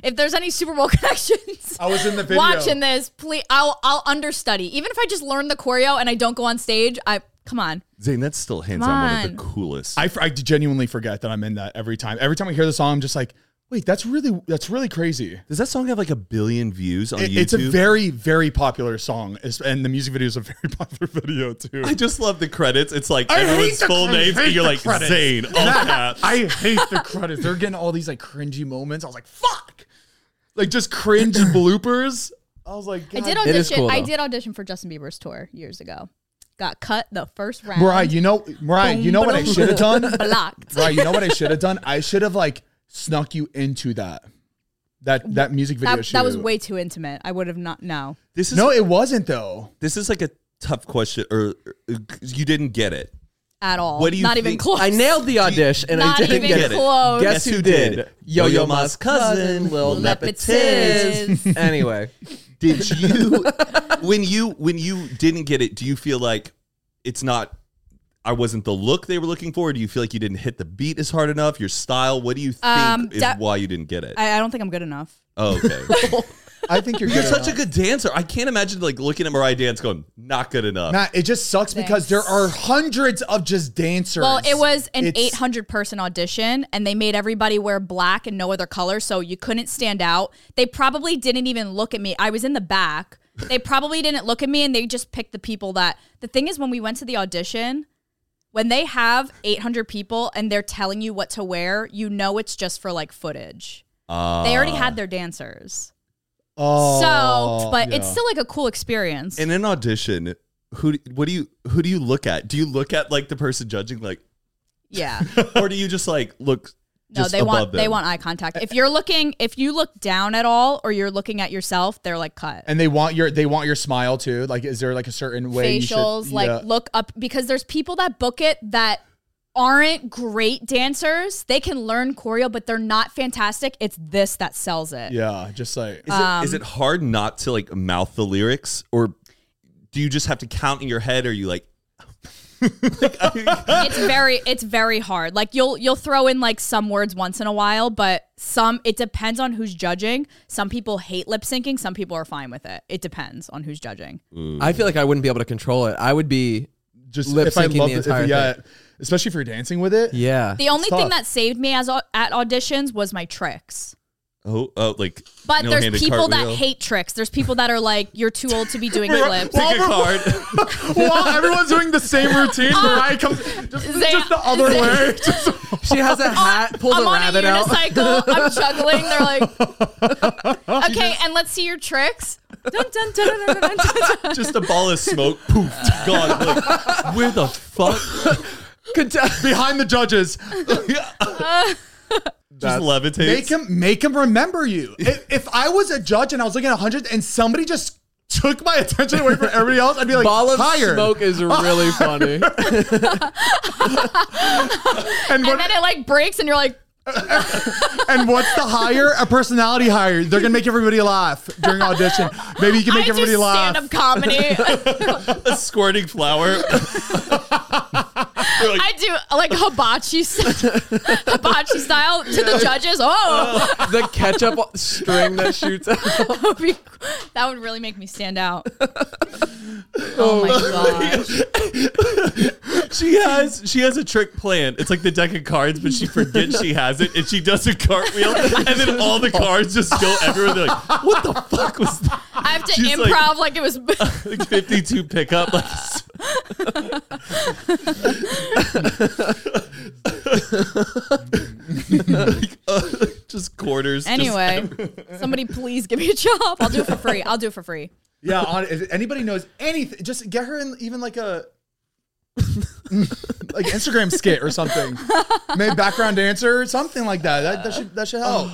If there's any Super Bowl <laughs> connections, I was in the video. watching this. Please, I'll I'll understudy. Even if I just learn the choreo and I don't go on stage, I come on. Zane, that's still hands Come on one of on. the coolest. I, I genuinely forget that I'm in that every time. Every time I hear the song, I'm just like, wait, that's really that's really crazy. Does that song have like a billion views on It- YouTube? it's a very very popular song, It's- and the music video is a <laughs> very popular video too. <laughs> I just love the credits. It's like I hate everyone's the full cre- I names, and hate you're the like credits. Zane. oh, all caps. I hate the credits. They're getting all these like cringy moments. I was like, fuck, like just <clears throat> cringe bloopers. I was like, I God. did It is audition. cool, I though. did audition for Justin Bieber's tour years ago. Got cut the first round. Mariah, you know, Mariah, you know what I Boom, should <laughs> have done? blocked. Right, you know what I should have done? I should have like snuck you into that that that music video. That, that was shoot. way too intimate. I would have not. No. <laughs> this is No, it wasn't though. this is like a tough question, or or, you didn't get it. At all. What do you Not even think- close. I nailed the audition and I Not didn't even get it. close. Guess who did? Yo Yo Ma's cousin, Lil Lil Nepetiz. Nepetiz. anyway, Did you when you when you didn't get it? Do you feel like it's not? I wasn't the look they were looking for. Do you feel like you didn't hit the beat as hard enough? Your style. What do you think Um, is de- why you didn't get it? I, I don't think I'm good enough. oh, <laughs> okay. I think <laughs> you're, You're good such a enough. good dancer. I can't imagine like looking at Mariah dance going, not good enough. Matt, it just sucks because there are hundreds of just dancers. Well, it was an It's- 800 person audition, and they made everybody wear black and no other color, so you couldn't stand out. They probably didn't even look at me. I was in the back. They probably didn't look at me, and they just picked the people that. The thing is, when we went to the audition, when they have 800 people and they're telling you what to wear, you know it's just for like footage. Uh, They already had their dancers. Ah. Oh, so, but it's yeah. still like a cool experience. in an audition. Who do- what do you who do you look at? Do you look at like the person judging like, yeah. or do you just like look? No, just they above want them? they want eye contact. If you're looking, if you look down at all, or you're looking at yourself, they're like cut. and they want your they want your smile too. Like, is there like a certain way you should- Facials, like yeah. look up because there's people that book it that aren't great dancers. They can learn choreo, but they're not fantastic. It's this that sells it. yeah, just like Is, it, Um, is it hard not to like mouth the lyrics, or do you just have to count in your head? Or you like, It's very it's very hard. Like you'll you'll throw in like some words once in a while, but some it depends on who's judging. Some people hate lip syncing, some people are fine with it. It depends on who's judging. I feel like I wouldn't be able to control it. I would be just lip if I syncing the love it, if- entire yeah, especially if you're dancing with it. <laughs> yeah. The only thing tough. that saved me as au- at auditions was my tricks. oh, oh, like. But there's no-handed people cartwheel? that hate tricks. There's people that are like, you're too old to be doing flips. Pick a card. While everyone's doing the same routine, Mariah comes just, Zay- just the other Zay- <laughs> way. Just- She has a hat, pulled I'm a on a rabbit out. unicycle. I'm juggling. They're like, okay, and let's see your tricks. Dun, dun, dun, dun, dun, dun, dun, <laughs> dun. just a ball of smoke. Poof, gone. Like, where the fuck? behind <laughs> the judges. just levitates. Make him make him remember you. If, if I was a judge and I was looking at hundreds and somebody just took my <laughs> attention away from everybody else, I'd be like, Ball of hired. smoke is <laughs> really funny. And, And what, then it like breaks, and you're like, and what's the higher? A personality higher. They're gonna make everybody laugh during audition. Maybe you can make I everybody do laugh. stand-up comedy. <laughs> A squirting flower. They're like, I do like hibachi, st- <laughs> hibachi style to the judges. Oh, <laughs> <laughs> the ketchup string that shoots out. that would, be, that would really make me stand out. Oh my gosh. she has she has a trick plan. It's like the deck of cards, but she forgets she has it, and she does a cartwheel, and then all the cards just go everywhere. They're like, "What the fuck was that?" I have to She's like- improv like, <laughs> it was. Like Fifty-two <laughs> pickup. <laughs> Like, Like, uh, just quarters. just anyway, <laughs> somebody please give me a job. I'll do it for free. I'll do it for free. yeah, on, if anybody knows anything, just get her in even like a like Instagram skit or something. Maybe background dancer or something like that. That, that should that should help.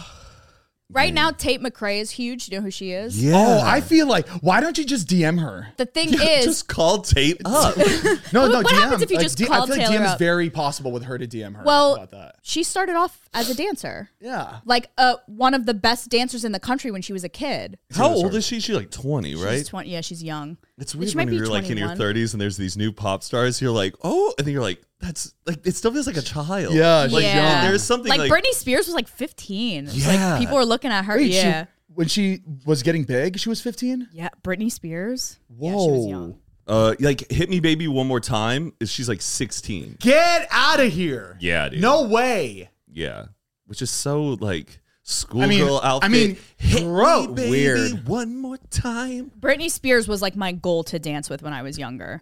Right now, Tate McRae is huge. You know who she is? <laughs> Oh, I feel like why don't you just DM her? The thing is, just call tape up. No, What- no. what DM. happens if you Like, just D- call I feel like Taylor DM is up? very possible with her to DM her. Well- about that. she started off as a dancer. Yeah. Like uh, one of the best dancers in the country when she was a kid. How old is she? She's like twenty, right? She's 20, yeah, she's young. It's She weird might when be you're like in your 21. 30s and there's these new pop stars. You're like, oh, and then you're like, that's like it still feels like a child. Yeah, like yeah. there's something like, like, Britney Spears was like 15. It's Yeah. Like people were looking at her. Wait, she- yeah. when she was getting big, she was 15. yeah, Britney Spears. Whoa. Yeah, she was young. uh, like hit me baby one more time. is She's like 16. Get out of here. Yeah, dude. No way. Yeah, which is so like schoolgirl I mean, outfit. I mean, hit gross. me baby Weird. one more time. Britney Spears was like my goal to dance with when I was younger.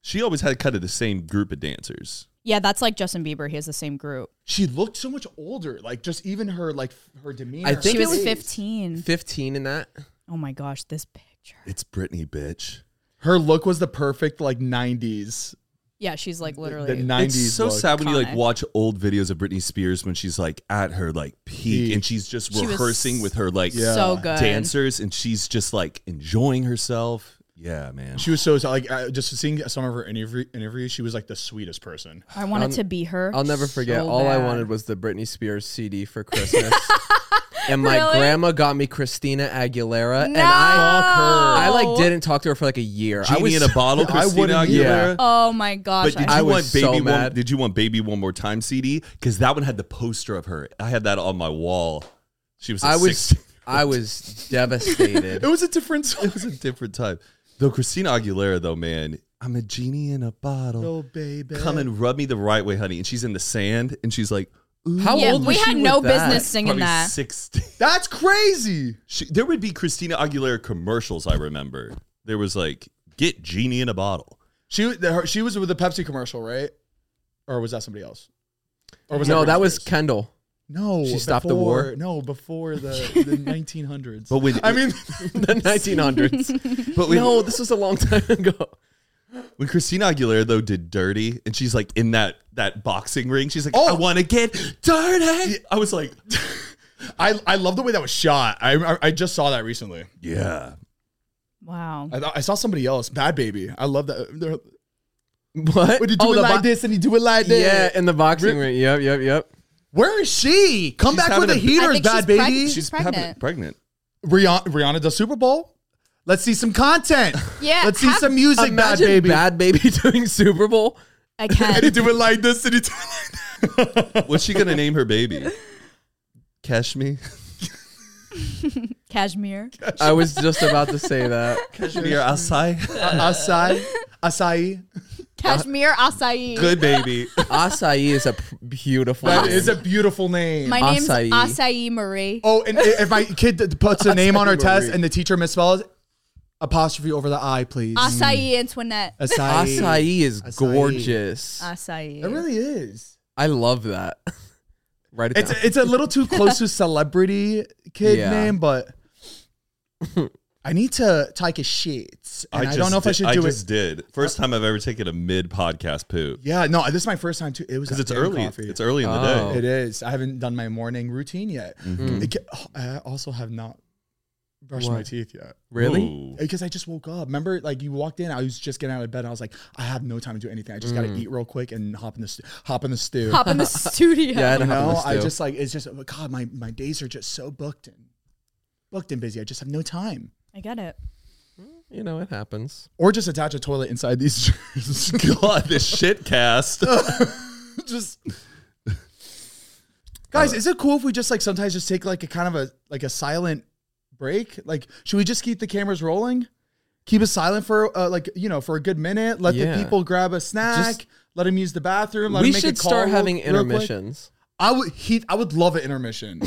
She always had kind of the same group of dancers. Yeah, that's like Justin Bieber. He has the same group. She looked so much older. Like just even her like f- her demeanor. I think She it was 15. 15 in that. Oh my gosh, this picture. It's Britney, bitch. her look was the perfect like 90s. Yeah, she's like The literally. 90s. it's so look. sad when you like Iconic. watch old videos of Britney Spears when she's like at her like peak Peak. and she's just She was rehearsing with her like Yeah. So good. dancers and she's just like enjoying herself. Yeah, man. She was so sad. like I, just seeing some of her interview interviews. She was like the sweetest <laughs> person. I wanted to be her. I'll never forget. so All I bad. wanted was the Britney Spears CD for <laughs> Christmas. and my Really? grandma got me Christina Aguilera. And I, I like didn't talk to her for like a year. Genie I was in a bottle, <laughs> I Christina wouldn't Aguilera. either. Oh my gosh. But did you I was want baby so one? mad. Did you want baby one more time CD? Because that one had the poster of her. I had that on my wall. She was. I <laughs> I was Six, I was devastated. <laughs> It was a different <laughs> <laughs> it was a different time. Though Christina Aguilera, though man, I'm a genie in a bottle. oh baby. Come and rub me the right way, honey. And she's in the sand, and she's like, ooh, How yeah, old we was she had with no that? business singing probably that. sixteen. That's crazy. <laughs> She, there would be Christina Aguilera commercials. I remember there was like, get genie in a bottle. She was- the- her, she was with the Pepsi commercial, right? Or was that somebody else? Or no, Britney that was Spears? Kendall. No, She stopped the war? before- No, before the, <laughs> the 1900s. But when I mean, The <laughs> 1900s. but when, no, this was a long time <laughs> ago. When Christina Aguilera though did "Dirty" and she's like in that that boxing ring, she's like, Oh. "I want to get dirty." I was like, <laughs> I I love the way that was shot. I I, I just saw that recently. "Yeah, Wow. I, thought- I saw somebody else, Bad Baby. I love that. They're- What? Would you do Oh, it the like bo- this and you do it like this? Yeah, in the boxing Rip- ring. Yep, yep, yep. Where is she? Come She's back having with the a- I heaters, think Bad she's Baby. preg- She's pregnant. pregnant." Rihanna, Rihanna does Super Bowl. Let's see some <laughs> content. Yeah, Let's see have- some music, Bad Imagine Baby. bad baby <laughs> doing Super Bowl. I and you can. do it like this and you <laughs> do it like that. What's she gonna name her baby? Cash <laughs> me, Cashmere. I was just about to say that. Kashmir Asai. Acai. Acai. Cashmere acai. Good baby. Acai is a p- beautiful. That name. is a beautiful name. My name's Acai. acai, Marie. oh, and i- if my kid th- puts a name on her Acai test Marie. and the teacher misspells, anapostrophe over the I, please. Acai Antoinette. Acai. Acai is Acai. gorgeous. Uh, Acai. It really is. I love that. <laughs> Write it It's down. it's a little too close to celebrity kid Yeah. name, but I need to take a shit. And I, just don't know if I did- should I do just it. did. First time I've ever taken a mid podcast poo Yeah, no, this is my first time too. It was because it's that damn early. coffee. It's early in the Oh. day. It is. I haven't done my morning routine yet. It ca- I also have not brushed my What? teeth yet. Really? Ooh. Because I just woke up. Remember, like you walked in, I was just getting out of bed. And I was like, I have no time to do anything. I just Mm. got to eat real quick and hop in the st- hop in the stew. Hop in the studio. Yeah, I you don't know, know. I just like it's just oh, God. My my days are just so booked and booked and busy. I just have no time. I get it. you know it happens. Or just attach a toilet inside these. <laughs> drawers. God, this shit cast. <laughs> just guys is it cool if we just like sometimes just take like a kind of a like a silent break like should we just keep the cameras rolling keep it silent for uh, like you know for a good minute let Yeah. the people grab a snack Just- let them use the bathroom let we 'em make should a call start real- having real quick. intermissions. i would he i would love an <laughs> intermission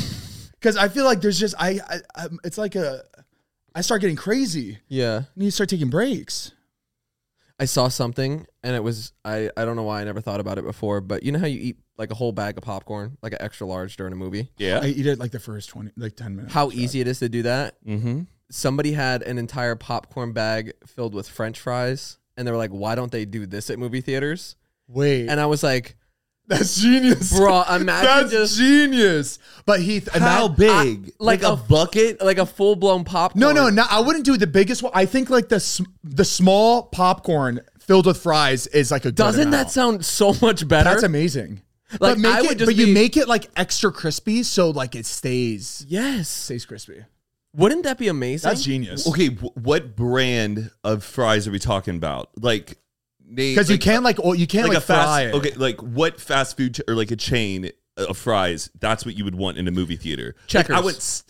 because i feel like there's just I, I, I it's like a i start getting crazy Yeah. I need to start taking breaks I saw something and it was I I don't know why I never thought about it before, but you know how you eat like a whole bag of popcorn, like an extra large during a movie? i Yeah. eat it like the first 20 like 10 minutes How easy it is to do that. Mm-hmm. Somebody had an entire popcorn bag filled with french fries and they were like, "Why don't they do this at movie theaters?" wait And I was like, that's genius "Bro, imagine <laughs> That's just genius. But Heath, How ima- big? like a bucket? like a full-blown popcorn." no, no, no. I wouldn't do the biggest one. I think like the sm- the small popcorn filled with fries is like a. Good Doesn't that amount. sound so much better? That's amazing. Like, but make I it, would just but be- you make it like extra crispy, so like it stays Yes. stays crispy. Wouldn't that be amazing? That's genius. Okay, wh- what brand of fries are we talking about? Like, Because you can't like oh, you can't like, a fast. fry it. Okay, like what fast food ch- or like a chain of fries? That's what you would want in a movie theater. Like, I Checkers. would s-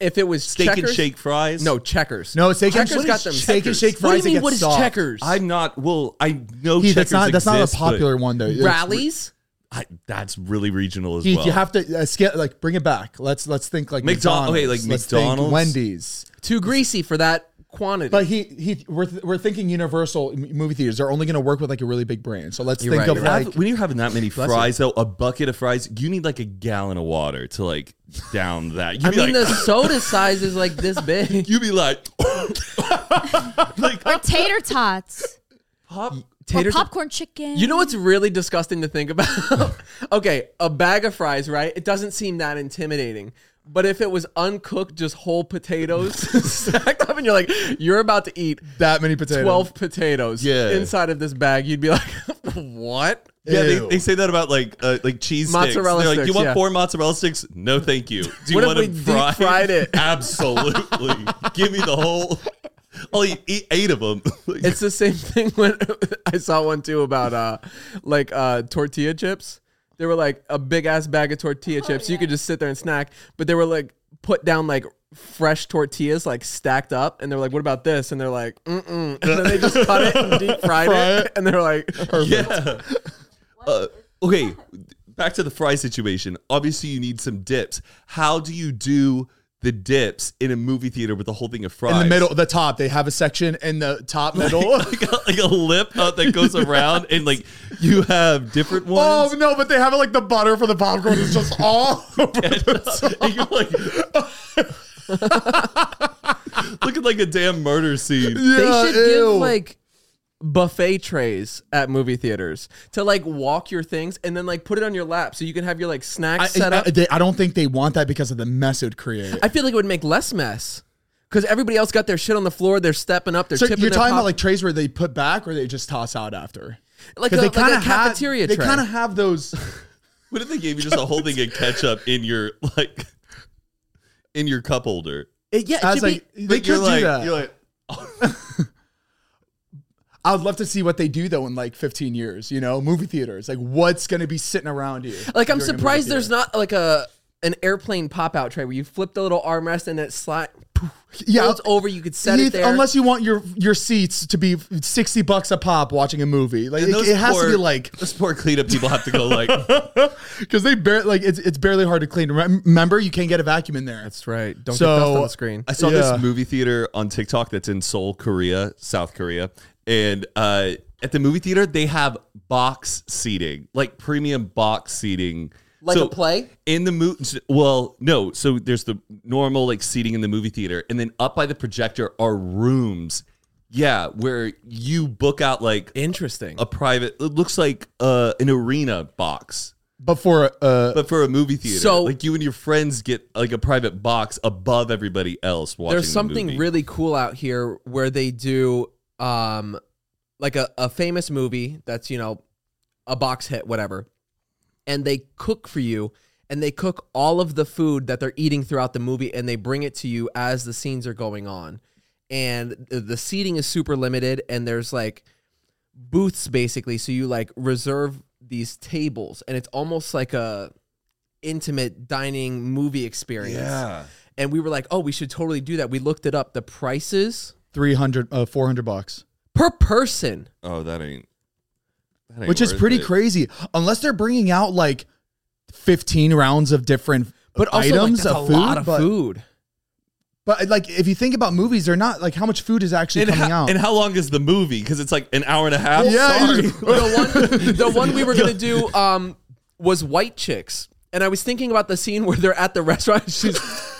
if it was steak checkers, and shake fries. No, checkers. No, steak and Checkers shake. got them Steak and checkers. shake What do fries. you mean? it What gets is soft. checkers? I'm not. Well, I know checkers Heath, that's not that's exist, not a popular but one though. It's- Rallies. I, that's really regional as Heath, well. you have to uh, scale, like bring it back. Let's let's think like McDo- McDonald's. okay, like Let's think McDonald's. Wendy's. Too greasy for that quantity. But he he we're, we're thinking Universal m- movie theaters. They're only going to work with like a really big brand. So let's You're think right, of you're Have- like when you're having that many fries, though, a bucket of fries, you need like a gallon of water to like down that. You'd I be mean, like, the soda size is like this <laughs> <laughs> big. you'd be like, like Or tater tots. Pop, or tater popcorn chicken. You know what's really disgusting to think about? <laughs> okay, a bag of fries, right? It doesn't seem that intimidating. But if it was uncooked, just whole potatoes <laughs> stacked up, and you're like, you're about to eat that many potatoes. 12 potatoes Yeah. inside of this bag, you'd be like, <laughs> what? yeah, they, Ew. they say that about like uh, like cheese sticks. They're Mozzarella like, you sticks, want yeah. four mozzarella sticks? No, thank you. Do you What if want we them deep fried? fried it? <laughs> Absolutely. Give me the whole. I'll eat, eat eight of them. <laughs> Like, It's the same thing when <laughs> I saw one too about uh like uh tortilla chips. They were like a big ass bag of tortilla chips. You could just sit there and snack, but they were like put down like fresh tortillas like stacked up and they're like what about this and they're like mm mm and then they just cut it and deep fried it and they're like yeah. Uh, okay, back to the fry situation. Obviously, you need some dips. How do you do the dips in a movie theater with a whole thing of fries in the middle, the top. They have a section in the <laughs> top middle. <laughs> like a, like a lip up that goes around, and like you have different oh ones. no, but they have it like the butter for the popcorn is <laughs> just all over the and <laughs> you're like looking like a damn murder scene. they should ew. give like buffet trays at movie theaters to like walk your things and then like put it on your lap so you can have your like snacks I, set up I- they- I don't think they want that because of the mess it would create. I feel like it would make less mess because everybody else got their shit on the floor. They're stepping up. They're so tipping. you're their talking pop- about like trays where they put back or they just toss out after. like, a, Because like they kind of a cafeteria have, they tray. kind of have those. What if they gave you just a whole thing of ketchup in your like in your cup holder? It- yeah, it I was should like, be. they But you're could like, do that. You're like, I would love to see what they do though in like 15 years. You know, movie theaters. Like, what's gonna be sitting around you? Like I'm during a movie surprised theater? there's not like a an airplane pop out tray where you flip the little armrest and it slide. Yeah, folds over. You could set Heath, it there. Unless you want your your seats to be sixty bucks a pop watching a movie, like it, and those it has to be poor- like those poor cleanup people have to go <laughs> like because they bar- like it's it's barely hard to clean. Rem- Remember, you can't get a vacuum in there. That's right. Don't So- get dust on the screen. I saw Yeah. this movie theater on TikTok that's in Seoul, Korea, South Korea, and uh, at the movie theater they have box seating, like premium box seating, Like So a play? in the movie. Well, no. So there's the normal like seating in the movie theater, and then up by the projector are rooms. Yeah, where you book out like Interesting. a private. It looks like uh, an arena box. But for uh, But for a movie theater, So- like you and your friends get like a private box above everybody else watching. There's the something movie. really cool out here where they do um like a, a famous movie that's, you know, a box hit, whatever. And they cook for you and they cook all of the food that they're eating throughout the movie and they bring it to you as the scenes are going on. And the- the seating is super limited and there's like booths basically. So you like reserve these tables and it's almost like a intimate dining movie experience. Yeah. And we were like, oh, we should totally do that. We looked it up. The prices 300 uh, 400 bucks, per person. Oh, that ain't. that ain't which is worth pretty it. crazy unless they're bringing out like 15 rounds of different But also, like, items that's of a food, lot of but, food. But like if you think about movies, they're not like how much food is actually And coming how, out. and how long is the movie? Because it's like an hour and a half. Yeah, Sorry. <laughs> you- <laughs> The one, the one we were gonna do um, was white chicks, and I was thinking about the scene where they're at the restaurant. and She's <laughs>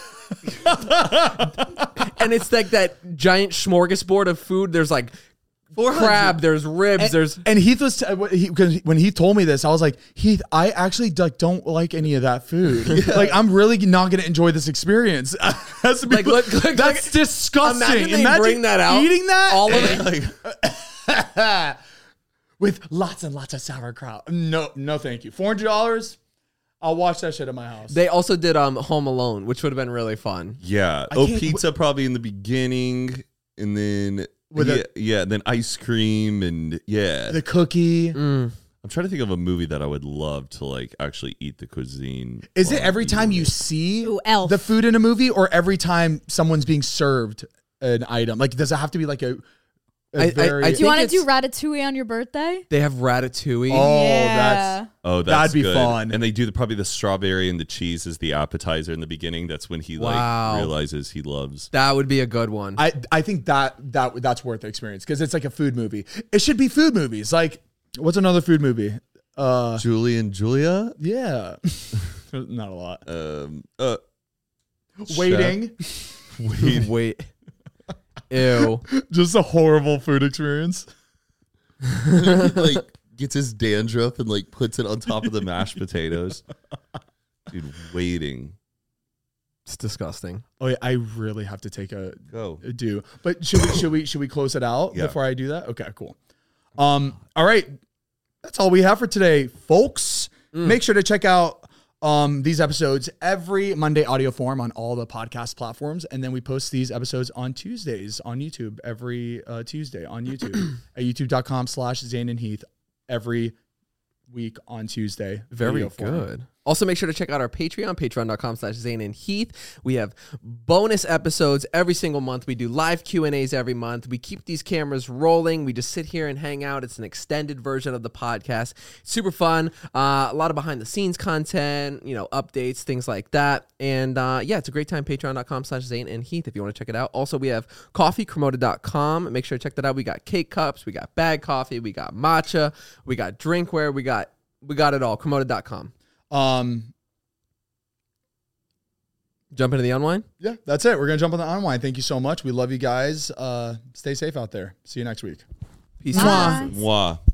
and it's like that giant smorgasbord of food. There's like crab. There's ribs. there's and Heath was t- when he, 'cause when he told me this, I was like, Heath, I actually like don't like any of that <laughs> food. Like I'm really not gonna enjoy this experience. <laughs> That's, Like, look- look- that's look- disgusting. imagine they bring that out. Eating that all of it. with lots and lots of sauerkraut. No, no, thank you. Four hundred dollars. I'll watch that shit at my <laughs> house. They also did um, Home Alone, which would have been really fun. Yeah. I oh, can't- pizza probably in the beginning, and then With yeah, a- yeah, then ice cream, and yeah. the cookie. I'm trying to think of a movie that I would love to like actually eat the cuisine. Is it while every I'm time eating you it. see Ooh, Elf. the food in a movie, or every time someone's being served an item? Like, does it have to be like a, a I- I- very? I Do you think want to do it's- ratatouille on your birthday? They have Ratatouille. oh, Yeah. that's Oh, that's That'd be good. fun. And they do the probably the strawberry and the cheese is the appetizer in the beginning. That's when he like Wow. realizes he loves. That would be a good one. I. I think that that that's worth the experience because it's like a food movie. It should be food movies. Like, what's another food movie? Uh, Julie and Julia. yeah, <laughs> not a lot. Um. <laughs> Uh. <laughs> Waiting, Wait. Wait. Ew. <laughs> just a horrible food experience. like gets his dandruff and like puts it on top of the mashed <laughs> potatoes. Dude, waiting. It's disgusting. Oh, yeah, I really have to take a Go. do. But should we should we should we close it out Yeah. before I do that? Okay, cool. Um, all right. That's all we have for today, folks. Mm. Make sure to check out um these episodes every Monday audio form on all the podcast platforms. And then we post these episodes on Tuesdays on YouTube every uh, Tuesday on <clears throat> YouTube at youtube.com slash Zane and Heath every week on Tuesday. Very Video form. good. Also, make sure to check out our Patreon, patreon.com slash Zane and Heath. We have bonus episodes every single month. We do live Q&As every month. We keep these cameras rolling. We just sit here and hang out. It's an extended version of the podcast. Super fun. Uh, a lot of behind-the-scenes content, you know, updates, things like that. And uh, yeah, it's a great time. Patreon.com slash Zane and Heath if you want to check it out. Also, we have coffeecremoda.com. Make sure to check that out. We got cake cups. We got bag coffee. We got matcha. We got drinkware. We got... We got it all. Komoda.com. Um Jump into the unwind. yeah, that's it. We're gonna jump on the online. Thank you so much. We love you guys. Uh, stay safe out there. See you next week. Peace. Bye. Mwah.